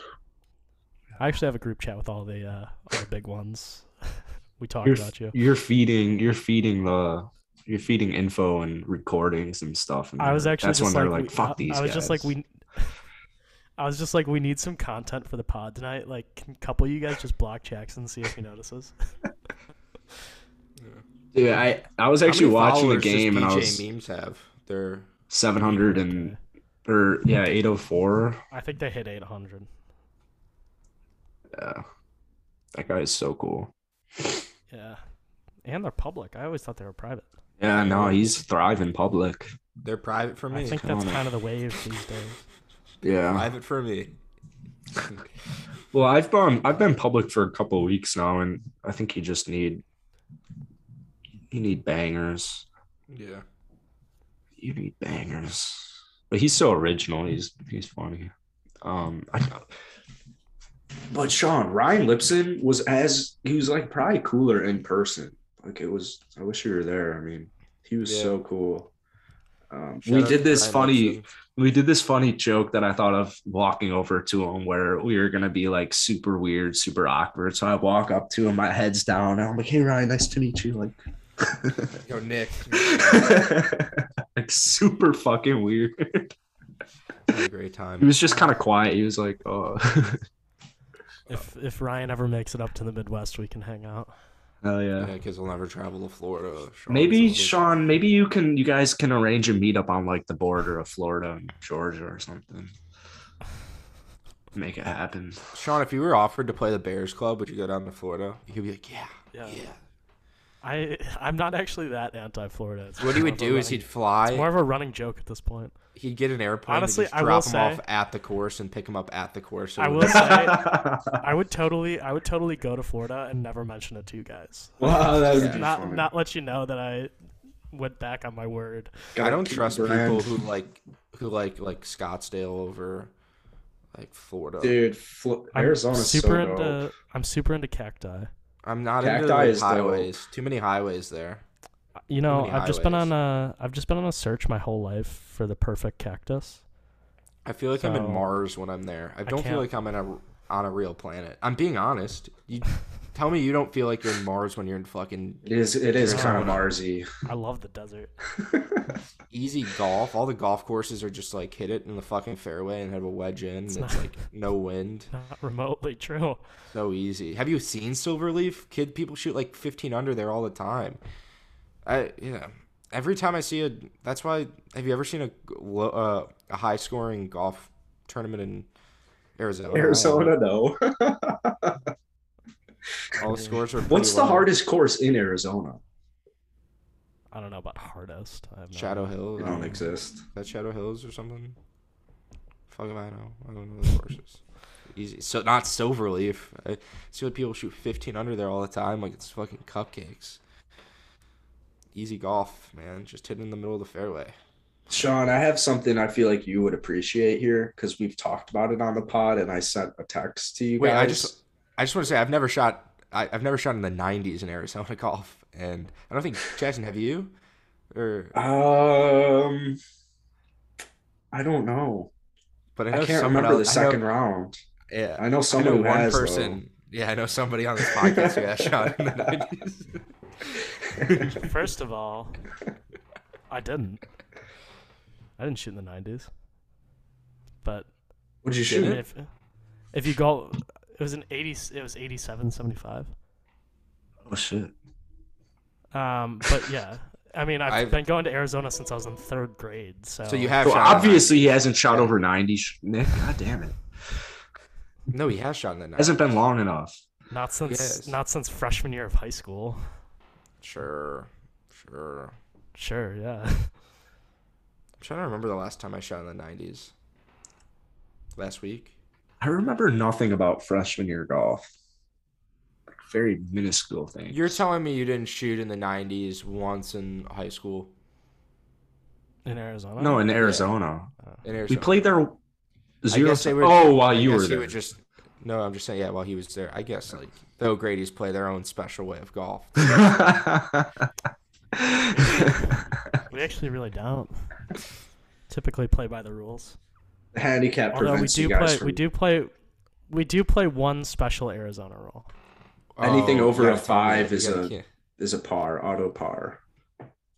I actually have a group chat with all the uh, all the big ones. *laughs* we talk You're, about you. you're feeding you're feeding the you're feeding info and recordings and stuff. And I was they're- actually that's when just like, they're like, we- fuck I, these. I was just like guys." *laughs* we. I was just like, we need some content for the pod tonight. Like, can a couple of you guys just block Jackson and see if he *laughs* notices? Dude, I I was How actually many watching the followers does game and I PJ was memes have. They're seven hundred and or yeah eight oh four. I think they hit 800. Yeah, that guy is so cool. Yeah, and they're public. I always thought they were private. Yeah, no, he's thriving public. *laughs* they're private for me. I think come that's on. *laughs* kind of the wave these days. Yeah, *laughs* private for me. Well, I've been I've been public for a couple of weeks now, and I think you just need you need bangers. Yeah. You need bangers. But he's so original. He's he's funny. Um, I, but Sean Ryan Lipson was as he was like probably cooler in person. Like it was. I wish you were there. I mean, he was Yeah. so cool. Um, Shout we out did to this Brian funny Wilson. we did this funny joke that I thought of walking over to him where we were gonna be like super weird, super awkward. So I walk up to him, my head's down, and I'm like, hey Ryan, nice to meet you. Like *laughs* Yo, Nick. like super fucking weird. Had a great time. He was just kind of quiet. He was like, oh *laughs* If if Ryan ever makes it up to the Midwest, we can hang out. hell Yeah, yeah. because we'll never travel to Florida. Sean's Maybe always- Sean, maybe you can you guys can arrange a meetup on like the border of Florida and Georgia or something. Make it happen. Sean, if you were offered to play the Bears Club, would you go down to Florida? You'd be like, yeah, yeah. Yeah. I I'm not actually that anti-Florida. It's What he more of would a do is running- he'd fly. it's more of a running joke at this point. He'd get an airplane. and Honestly, just I will drop him off say- at the course and pick him up at the course. I will say, *laughs* I would totally, I would totally go to Florida and never mention it to you guys. wow, that would be not funny. not let you know that I went back on my word. I don't trust Brand. people who like who like like Scottsdale over like Florida. Dude, Flo- I'm Arizona's super so into. dope. I'm super into cacti. I'm not into Cacti like, is dope. highways. Too many highways there. Uh, You know, many I've just been highways. on a, I've just been on a search my whole life for the perfect cactus. I feel like I'm So- in Mars when I'm there. I don't can't- feel like I'm in a on a real planet. I'm being honest. *laughs* You tell me you don't feel like you're in Mars when you're in fucking It is it is kind of Arizona. Marsy. I love the desert. *laughs* easy golf. All the golf courses are just like hit it in the fucking fairway and have a wedge in. and it's like no wind. Not remotely true. So easy. Have you seen Silverleaf? Kid, people shoot like 15 under there all the time. I yeah. Every time I see a, that's why. Have you ever seen a lo- uh, a high scoring golf tournament in *laughs* Arizona? Arizona, no. *laughs* All scores are. What's pretty the low. hardest course in Arizona? I don't know about hardest. I have no Shadow Hill. um, It I don't mean, exist. Is that Shadow Hills or something? Fuck if I know. I don't know the courses. *laughs* Easy. So not Silverleaf. I see what people shoot 15 under there all the time. Like it's fucking cupcakes. Easy golf, man. Just hitting in the middle of the fairway. Sean, I have something I feel like you would appreciate here because we've talked about it on the pod, and I sent a text to you Wait, guys. I just I just want to say I've never shot I, I've never shot in the 90s in Arizona *laughs* golf, and I don't think Jackson, have you? Or um, I don't know. but I, I, know can't someone remember the else- I know- second round. yeah, I know I someone know who one has though. person. Yeah, I know somebody on this podcast who has shot in *laughs* the *laughs* 90s. idea. First of all, I didn't. I didn't shoot in the '90s. But Would you shoot? if if you go, it was an eighty. It was eighty-seven, seventy-five. Oh shit! Um, but yeah, I mean, I've, I've- been going to Arizona since I was in third grade. So, So you have So shot in the obviously he hasn't shot over ninety. sh- Nick, god damn it, 90s. No, he has shot in the 90s. hasn't been long enough. not since Yes. not since freshman year of high school. Sure, sure. Sure, yeah. *laughs* I'm trying to remember the last time I shot in the 90s. Last week. I remember nothing about freshman year golf. Like very minuscule thing. You're telling me you didn't shoot in the 90s once in high school In Arizona. no, in Arizona. in We Arizona? played there zero. guess they were- oh, while I you guess were he there. would just. No, I'm just saying. Yeah, while he was there, I guess like the O'Grady's play their own special way of golf. we actually really don't. Typically play by the rules. *laughs* Oh, Handicap Although we prevents do you guys play, from we do play, we do play one special Arizona rule. Anything over you a gotta tell me five that. You is gotta- a- yeah. is a par, auto par.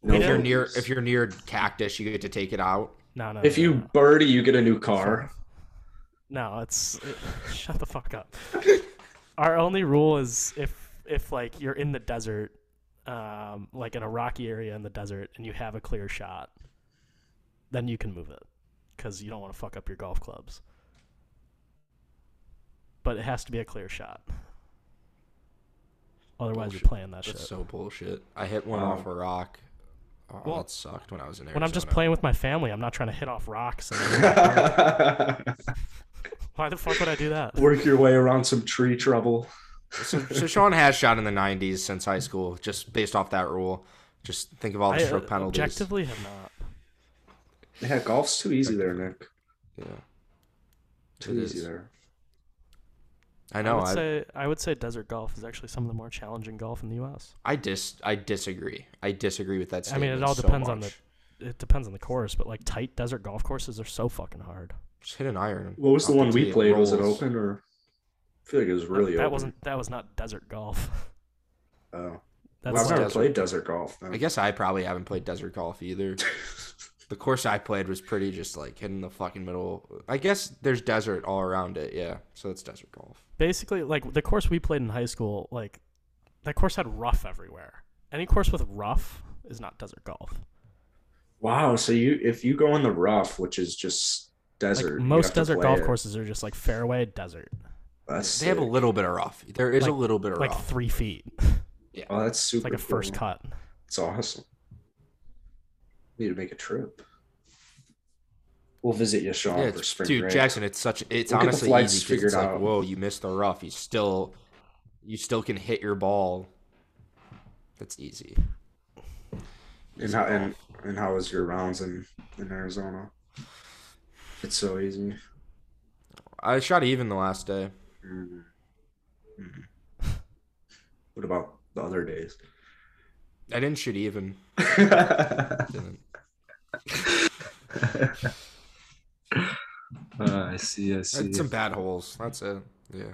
If you're near, bogeys. if you're near cactus, you get to take it out. No, no. if no, you no. birdie, you get a new car. No, it's it- shut the fuck up. Our only rule is if if like you're in the desert, um, like in a rocky area in the desert, and you have a clear shot, then you can move it because you don't want to fuck up your golf clubs. But it has to be a clear shot. Otherwise, Bullshit. you're playing that shit. That's so bullshit. I hit one Wow. off a rock. Oh, Well, that sucked when I was in Arizona. *laughs* when I'm just playing with my family, I'm not trying to hit off rocks. And I Why the fuck would I do *laughs* that? Work your way around some tree trouble. So, so Sean has shot in the 90s since high school, just based off that rule. Just think of all the I stroke uh, penalties. objectively have not. Yeah, golf's too easy there, Nick. Yeah, Too It easy is. there. I I know. would I, say I would say desert golf is actually some of the more challenging golf in the U.S. I dis I disagree. I disagree with that I mean, it statement. all so depends on the. much. It depends on the course, but like tight desert golf courses are so fucking hard. Just hit an iron. What was the off one we tee, it played? Was it rolls. open or? I feel like it was really that, open. wasn't that was not desert golf. *laughs* Oh. That's Well, I've like- never desert. played desert golf. Then. I guess I probably haven't played desert *laughs* golf either. the course I played was pretty just like hitting the fucking middle. I guess there's desert all around it. Yeah, so it's desert golf. basically like the course we played in high school like that course had rough everywhere any course with rough is not desert golf Wow. So you, if you go in the rough, which is just desert, like you have most to desert play golf it. courses are just like fairway desert That's They have a sick. little bit of rough. There is a Like- little bit of like rough. three feet *laughs* yeah. Oh, that's super. like a first cool. cut It's awesome. Need to make a trip. We'll visit you, Sean, Yeah, for it's- spring dude, break. Jackson, it's such it's We'll get the honestly flights easy 'cause figured it's like, out. whoa, you missed the rough. You still you still can hit your ball. That's easy. and how and, and how was your rounds in in Arizona? It's so easy. I shot even the last day. Mm. Mm. What about the other *laughs* days? I didn't shoot even. Didn't. Uh, I see. I Had some bad holes. That's it. Yeah.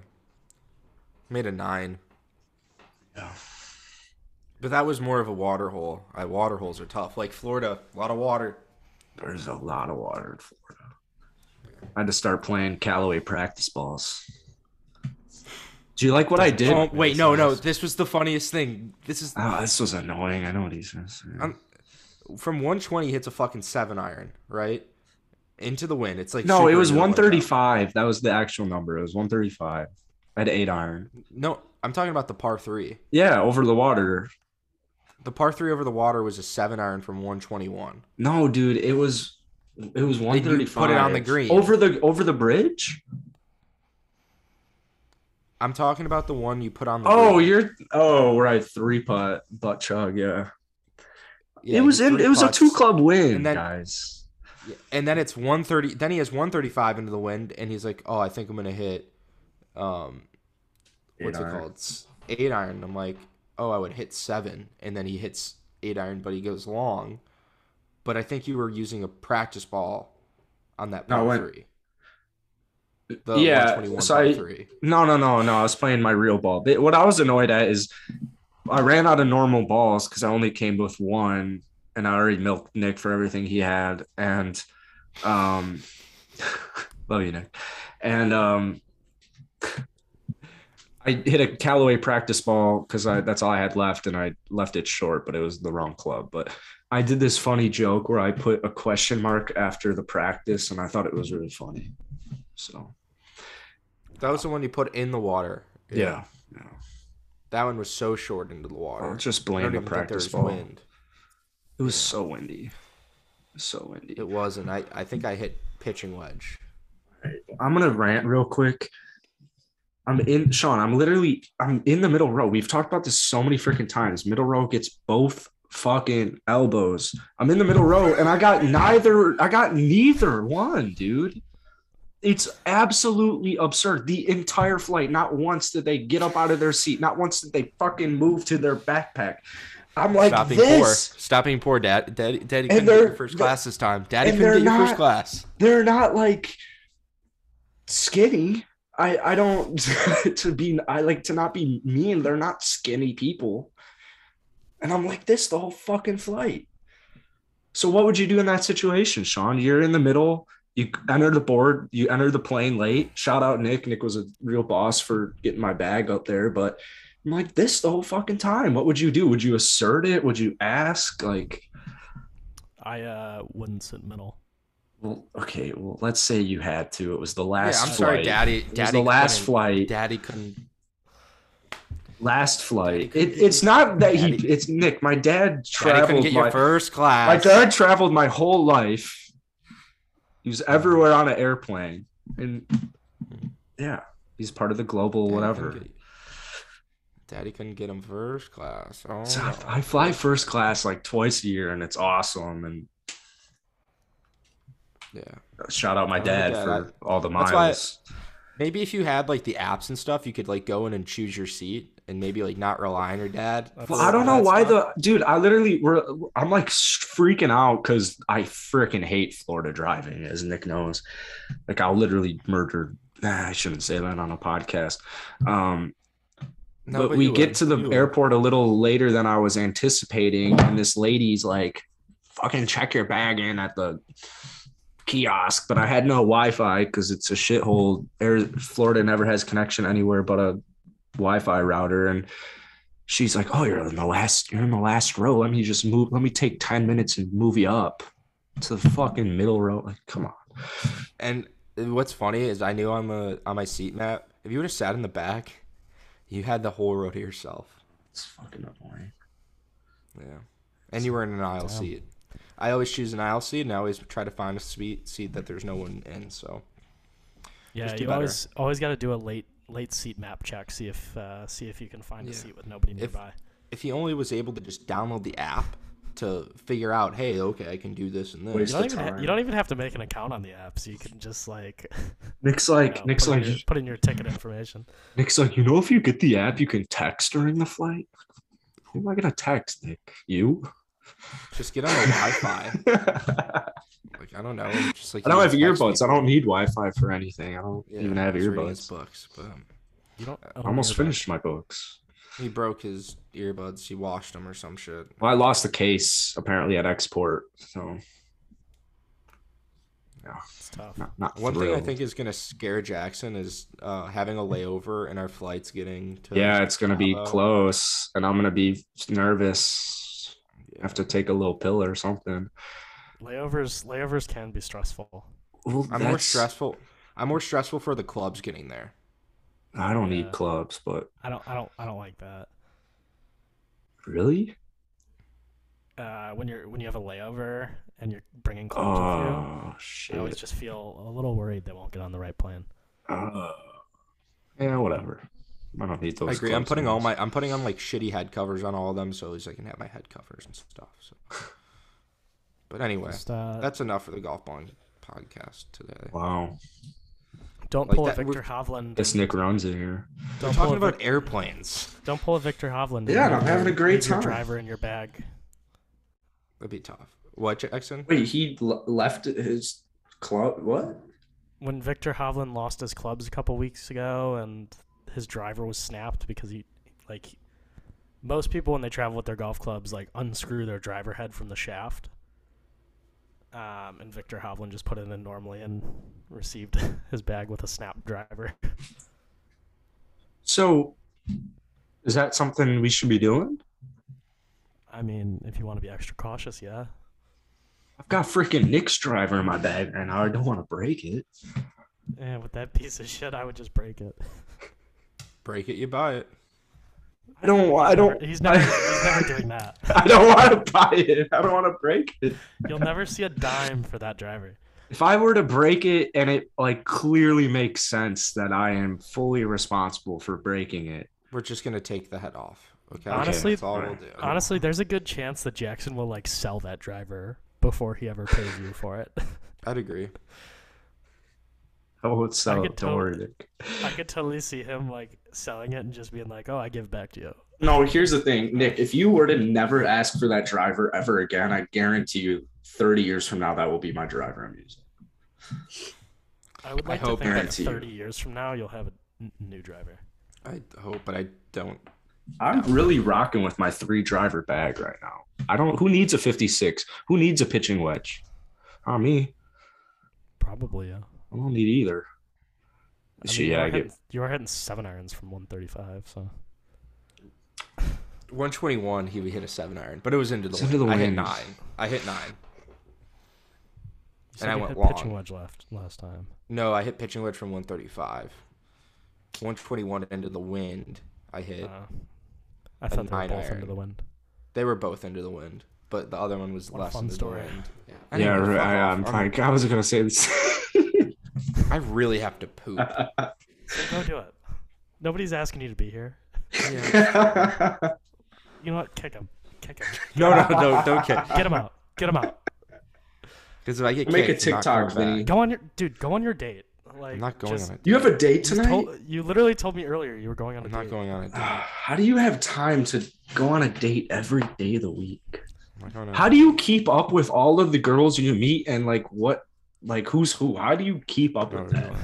Made a nine. Yeah. But that was more of a water hole. I water holes are tough. Like Florida, a lot of water. There's a lot of water in Florida. I had to start playing Callaway practice balls. Do you like what I did? oh wait, no, no. This was the funniest thing. This is Oh, this was annoying. I know what he's gonna say. I'm- from 120 hits a fucking seven iron, right? Into the wind. It's like no, super it was into the wind. 135. That was the actual number. It was 135. I had eight iron. No, I'm talking about the par three. Yeah, over the water. The par three over the water was a seven iron from 121. No, dude, it was it was you put it 135. on the green? over the over the bridge. I'm talking about the one you put on the. Oh, green. you're oh right, three putt butt chug. Yeah, Yeah, it was he in. three It was putts. a two club win, and then- guys. Yeah, And then it's 130. Then he has 135 into the wind, and he's like, "Oh, I think I'm gonna hit, um, what's Eight it iron. called? S- Eight iron." I'm like, "Oh, I would hit seven. And then he hits eight iron, but he goes long. But I think you were using a practice ball on that No, par I went- three. The Yeah, 121 so par I- three. No, no, no, no. I was playing my real ball. But what I was annoyed at is I ran out of normal balls because I only came with one, and I already milked Nick for everything he had. And um, *laughs* love you, Nick. And um, *laughs* I hit a Callaway practice ball because I that's all I had left, and I left it short, but it was the wrong club. But I did this funny joke where I put a question mark after the practice, and I thought it was really funny. So That was the one you put in the water. yeah. yeah. That one was so short into the water. I'll just I blame don't the even think there practice was ball. wind. It was so windy. So windy. It wasn't. I, I think I hit pitching wedge. I'm gonna rant real quick. I'm in Sean. I'm literally I'm in the middle row. We've talked about this so many freaking times. Middle row gets both fucking elbows. I'm in the middle row and I got neither I got neither one, dude. It's absolutely absurd. The entire flight, not once did they get up out of their seat, not once did they fucking move to their backpack. I'm like Stop being poor. this. Stop being poor, Dad. Daddy, Daddy And couldn't get your they're- first class this time. Daddy and couldn't they're get your first not- class. they're not like skinny. I I don't *laughs* to be I like to not be mean. They're not skinny people. And I'm like this the whole fucking flight. So what would you do in that situation, Sean? You're in the middle. You enter the board. You enter the plane late. Shout out Nick. Nick was a real boss for getting my bag up there. But I'm like this the whole fucking time. What would you do? Would you assert it? Would you ask? Like i uh wouldn't sit middle Well, okay. Well, let's say you had to. It was the last. yeah, I'm sorry, flight. Daddy. It was Daddy the last couldn't- flight. Daddy couldn't. Last flight. Daddy It, it's not that he. Daddy- It's Nick. My dad Daddy couldn't traveled. get my, your first class. my dad traveled my whole life. He was everywhere on an airplane, and yeah, he's part of the global whatever. Couldn't get- Daddy couldn't get him first class. Oh, So no. I, I fly first class like twice a year, and it's awesome. And yeah. shout out my Oh, dad yeah, for that- all the that's why- miles. Maybe if you had like the apps and stuff, you could like go in and choose your seat and maybe like not rely on your dad. That's- for Well, I don't know that why stuff. the dude. I literally were. I'm like freaking out because I freaking hate Florida driving, as Nick knows. Like I'll literally murder. Nah, I shouldn't say that on a podcast. Um, No, but, we you get would. to the You would. airport a little later than I was anticipating, and this lady's like, "Fucking check your bag in at the kiosk." But I had no Wi-Fi because it's a shithole. Air Florida never has connection anywhere but a Wi-Fi router, and she's like, "Oh, you're in the last. You're in the last row. Let me just move. Let me take ten minutes and move you up to the fucking middle row." Like, come on. And what's funny is I knew on the on my seat map, if you would have sat in the back, you had the whole row to yourself. It's fucking annoying. Yeah. And you were in an aisle seat. I always choose an aisle seat and I always try to find a sweet seat that there's no one in, so Yeah, Just do you better. always always got to do a late late seat map check. See if uh, see if you can find a Yeah. seat with nobody If- nearby. if he only was able to just download the app to figure out, hey, okay, I can do this and Wait, you this. just don't the even ha- time. you don't even have to make an account on the app, so you can just like *laughs* you Nick's like, know, Nick's put, in like, your, put in your ticket information. Nick's like, you know, if you get the app, you can text during the flight. Who am I gonna text, Nick? You? Just get on the *laughs* Wi-Fi. I Like I don't know. Just like don't you have text earbuds. I people. don't need Wi-Fi for anything. I don't Yeah, even have I was reading his earbuds. Books, but um, You don't I almost finished my books. he broke his earbuds. He washed them or some shit. Well, I lost the case apparently at export, so It's tough. not, not One thing I thrilled. think is gonna scare Jackson is uh, having a layover and our flights getting to. Yeah, it's gonna be Cabo. close, and I'm gonna be nervous. Yeah. I have to take a little pill or something. Layovers layovers can be stressful. Well, I'm more that's- stressful. I'm more stressful for the clubs getting there. I don't need Yeah. clubs, but I don't I don't I don't like that. really? Uh, when you're when you have a layover and you're bringing clubs with Oh you, I always shit. just feel a little worried they won't get on the right plane. Uh, yeah, whatever. I don't need those. I agree. I'm clubs putting all anyways. my. I'm putting on like shitty head covers on all of them, so at least I can have my head covers and stuff. *laughs* So. But anyway, Just, uh, that's enough for the golf balling podcast today. Wow, don't like pull that- a we're- Victor Hovland. guess Nick runs in here. We're Don't pull talking a about airplanes. Don't pull a Victor Hovland. Yeah, Leave I'm having your- a great leave your time. driver in your bag. That'd be tough. What Jackson? Wait, he l- left his club. What? When Victor Hovland lost his clubs a couple weeks ago, and his driver was snapped because he, like, most people when they travel with their golf clubs, like, unscrew their driver head from the shaft. Um, and Victor Hovland just put it in normally and received *laughs* his bag with a snap driver. So, is that something we should be doing? I mean, if you want to be extra cautious, yeah. I've got freaking Nick's driver in my bag right now. I don't want to break it. And with that piece of shit, I would just break it. Break it, you buy it. I don't. wa- I don't. *laughs* He's never, he's never doing that. I don't want to buy it. I don't want to break it. You'll never see a dime for that *laughs* driver. If I were to break it and it like clearly makes sense that I am fully responsible for breaking it, We're just gonna take the head off. Okay. Honestly- that's all we'll do. Honestly, there's a good chance that Jackson will like sell that driver before he ever pays you for it. *laughs* I'd agree. I won't sell could it. Don't worry, totally- Nick. I could totally see him like selling it and just being like, "Oh, I give it back to you." No, here's the thing, Nick. If you were to never ask for that driver ever again, I guarantee you, 30 years from now, that will be my driver I'm using. I would I like hope- to think that Guarantee you. 30 years from now you'll have a n- new driver. I hope, but I don't. I'm really rocking with my three driver bag right now. I don't. Who needs a 56? Who needs a pitching wedge? Not me. Probably, yeah. I don't need either. I So, mean, you uh, yeah, are I hitting, get. you are hitting seven irons from 135, so 121. He would hit a seven iron, but it was into the. It's into wind. the I hit wind. nine. I hit nine. You And I you went hit long. pitching wedge left last time. No, I hit pitching wedge from 135. 121 into the wind. I hit. Uh, I thought they were nine both iron. into the wind. They were both into the wind, but the other one was What a less fun into story. the wind. Yeah, yeah, Anyway, *laughs* fuck I, off. I'm fine. I was gonna say this. I really have to poop. So go do it. Nobody's asking you to be here. *laughs* You know what? Kick him. Kick him. *laughs* No, no, no, don't kick. Get him out. Get him out. Because if I get Make a kicked, I'm not TikTok coming back. video. Go on your dude. Go on your date. Like I'm not going just- on it. You have a date You, tonight? *sighs* told, you literally told me earlier you were going on a I'm date. not going on it. dude. I'm How do you have time to go on a date every day of the week? not going on it. How do you keep up with all of the girls you meet and like what like who's who? How do you keep up No, with no, no, that? no,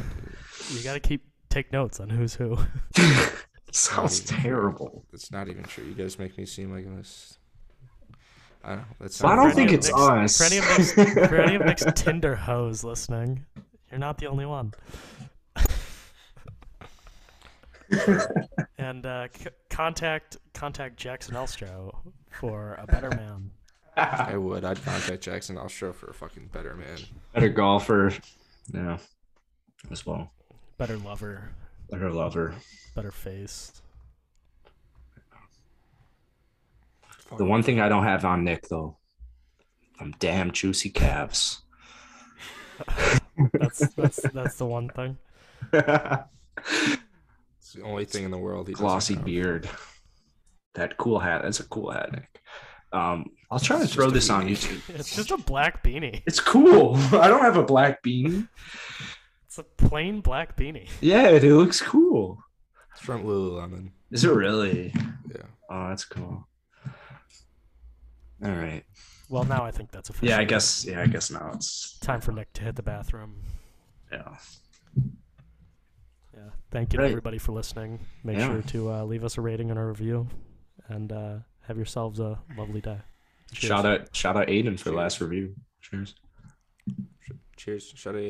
dude. You gotta keep take notes on who's who. *laughs* Sounds *laughs* terrible. It's not even true. You guys make me seem like I'm this. I don't know. That's Well, I not don't right. think of it's Nick's- us. for any of *laughs* Nick's- For any of Nick's Tinder hoes listening, you're not the *laughs* only one. and uh, c- contact contact Jackson Elstro for a better man. I would. I'd contact Jackson Ostro for a fucking better man. Better golfer. Yeah. As well. better lover, Better lover. better face. The one thing I don't have on Nick though. I'm damn juicy calves. *laughs* That's that's that's the one thing. It's the only thing in the world. He doesn't glossy have. beard. That cool hat. That's a cool hat, Nick. Um, I'll try to It's throw just this a on beanie. YouTube. It's just a black beanie. It's cool. *laughs* I don't have a black beanie. It's a plain black beanie. Yeah, it looks cool. It's from Lululemon. Is it really? Yeah. Oh, that's cool. All right. Well, now I think that's official. Yeah, I guess. Yeah, I guess now it's time for Nick to hit the bathroom. yeah. Yeah. Thank you Right. to everybody for listening. Make Yeah. sure to uh, leave us a rating and a review, and uh, have yourselves a lovely day. Cheers. Shout out, shout out, Aiden for Cheers. last review. Cheers. Cheers. Shut it.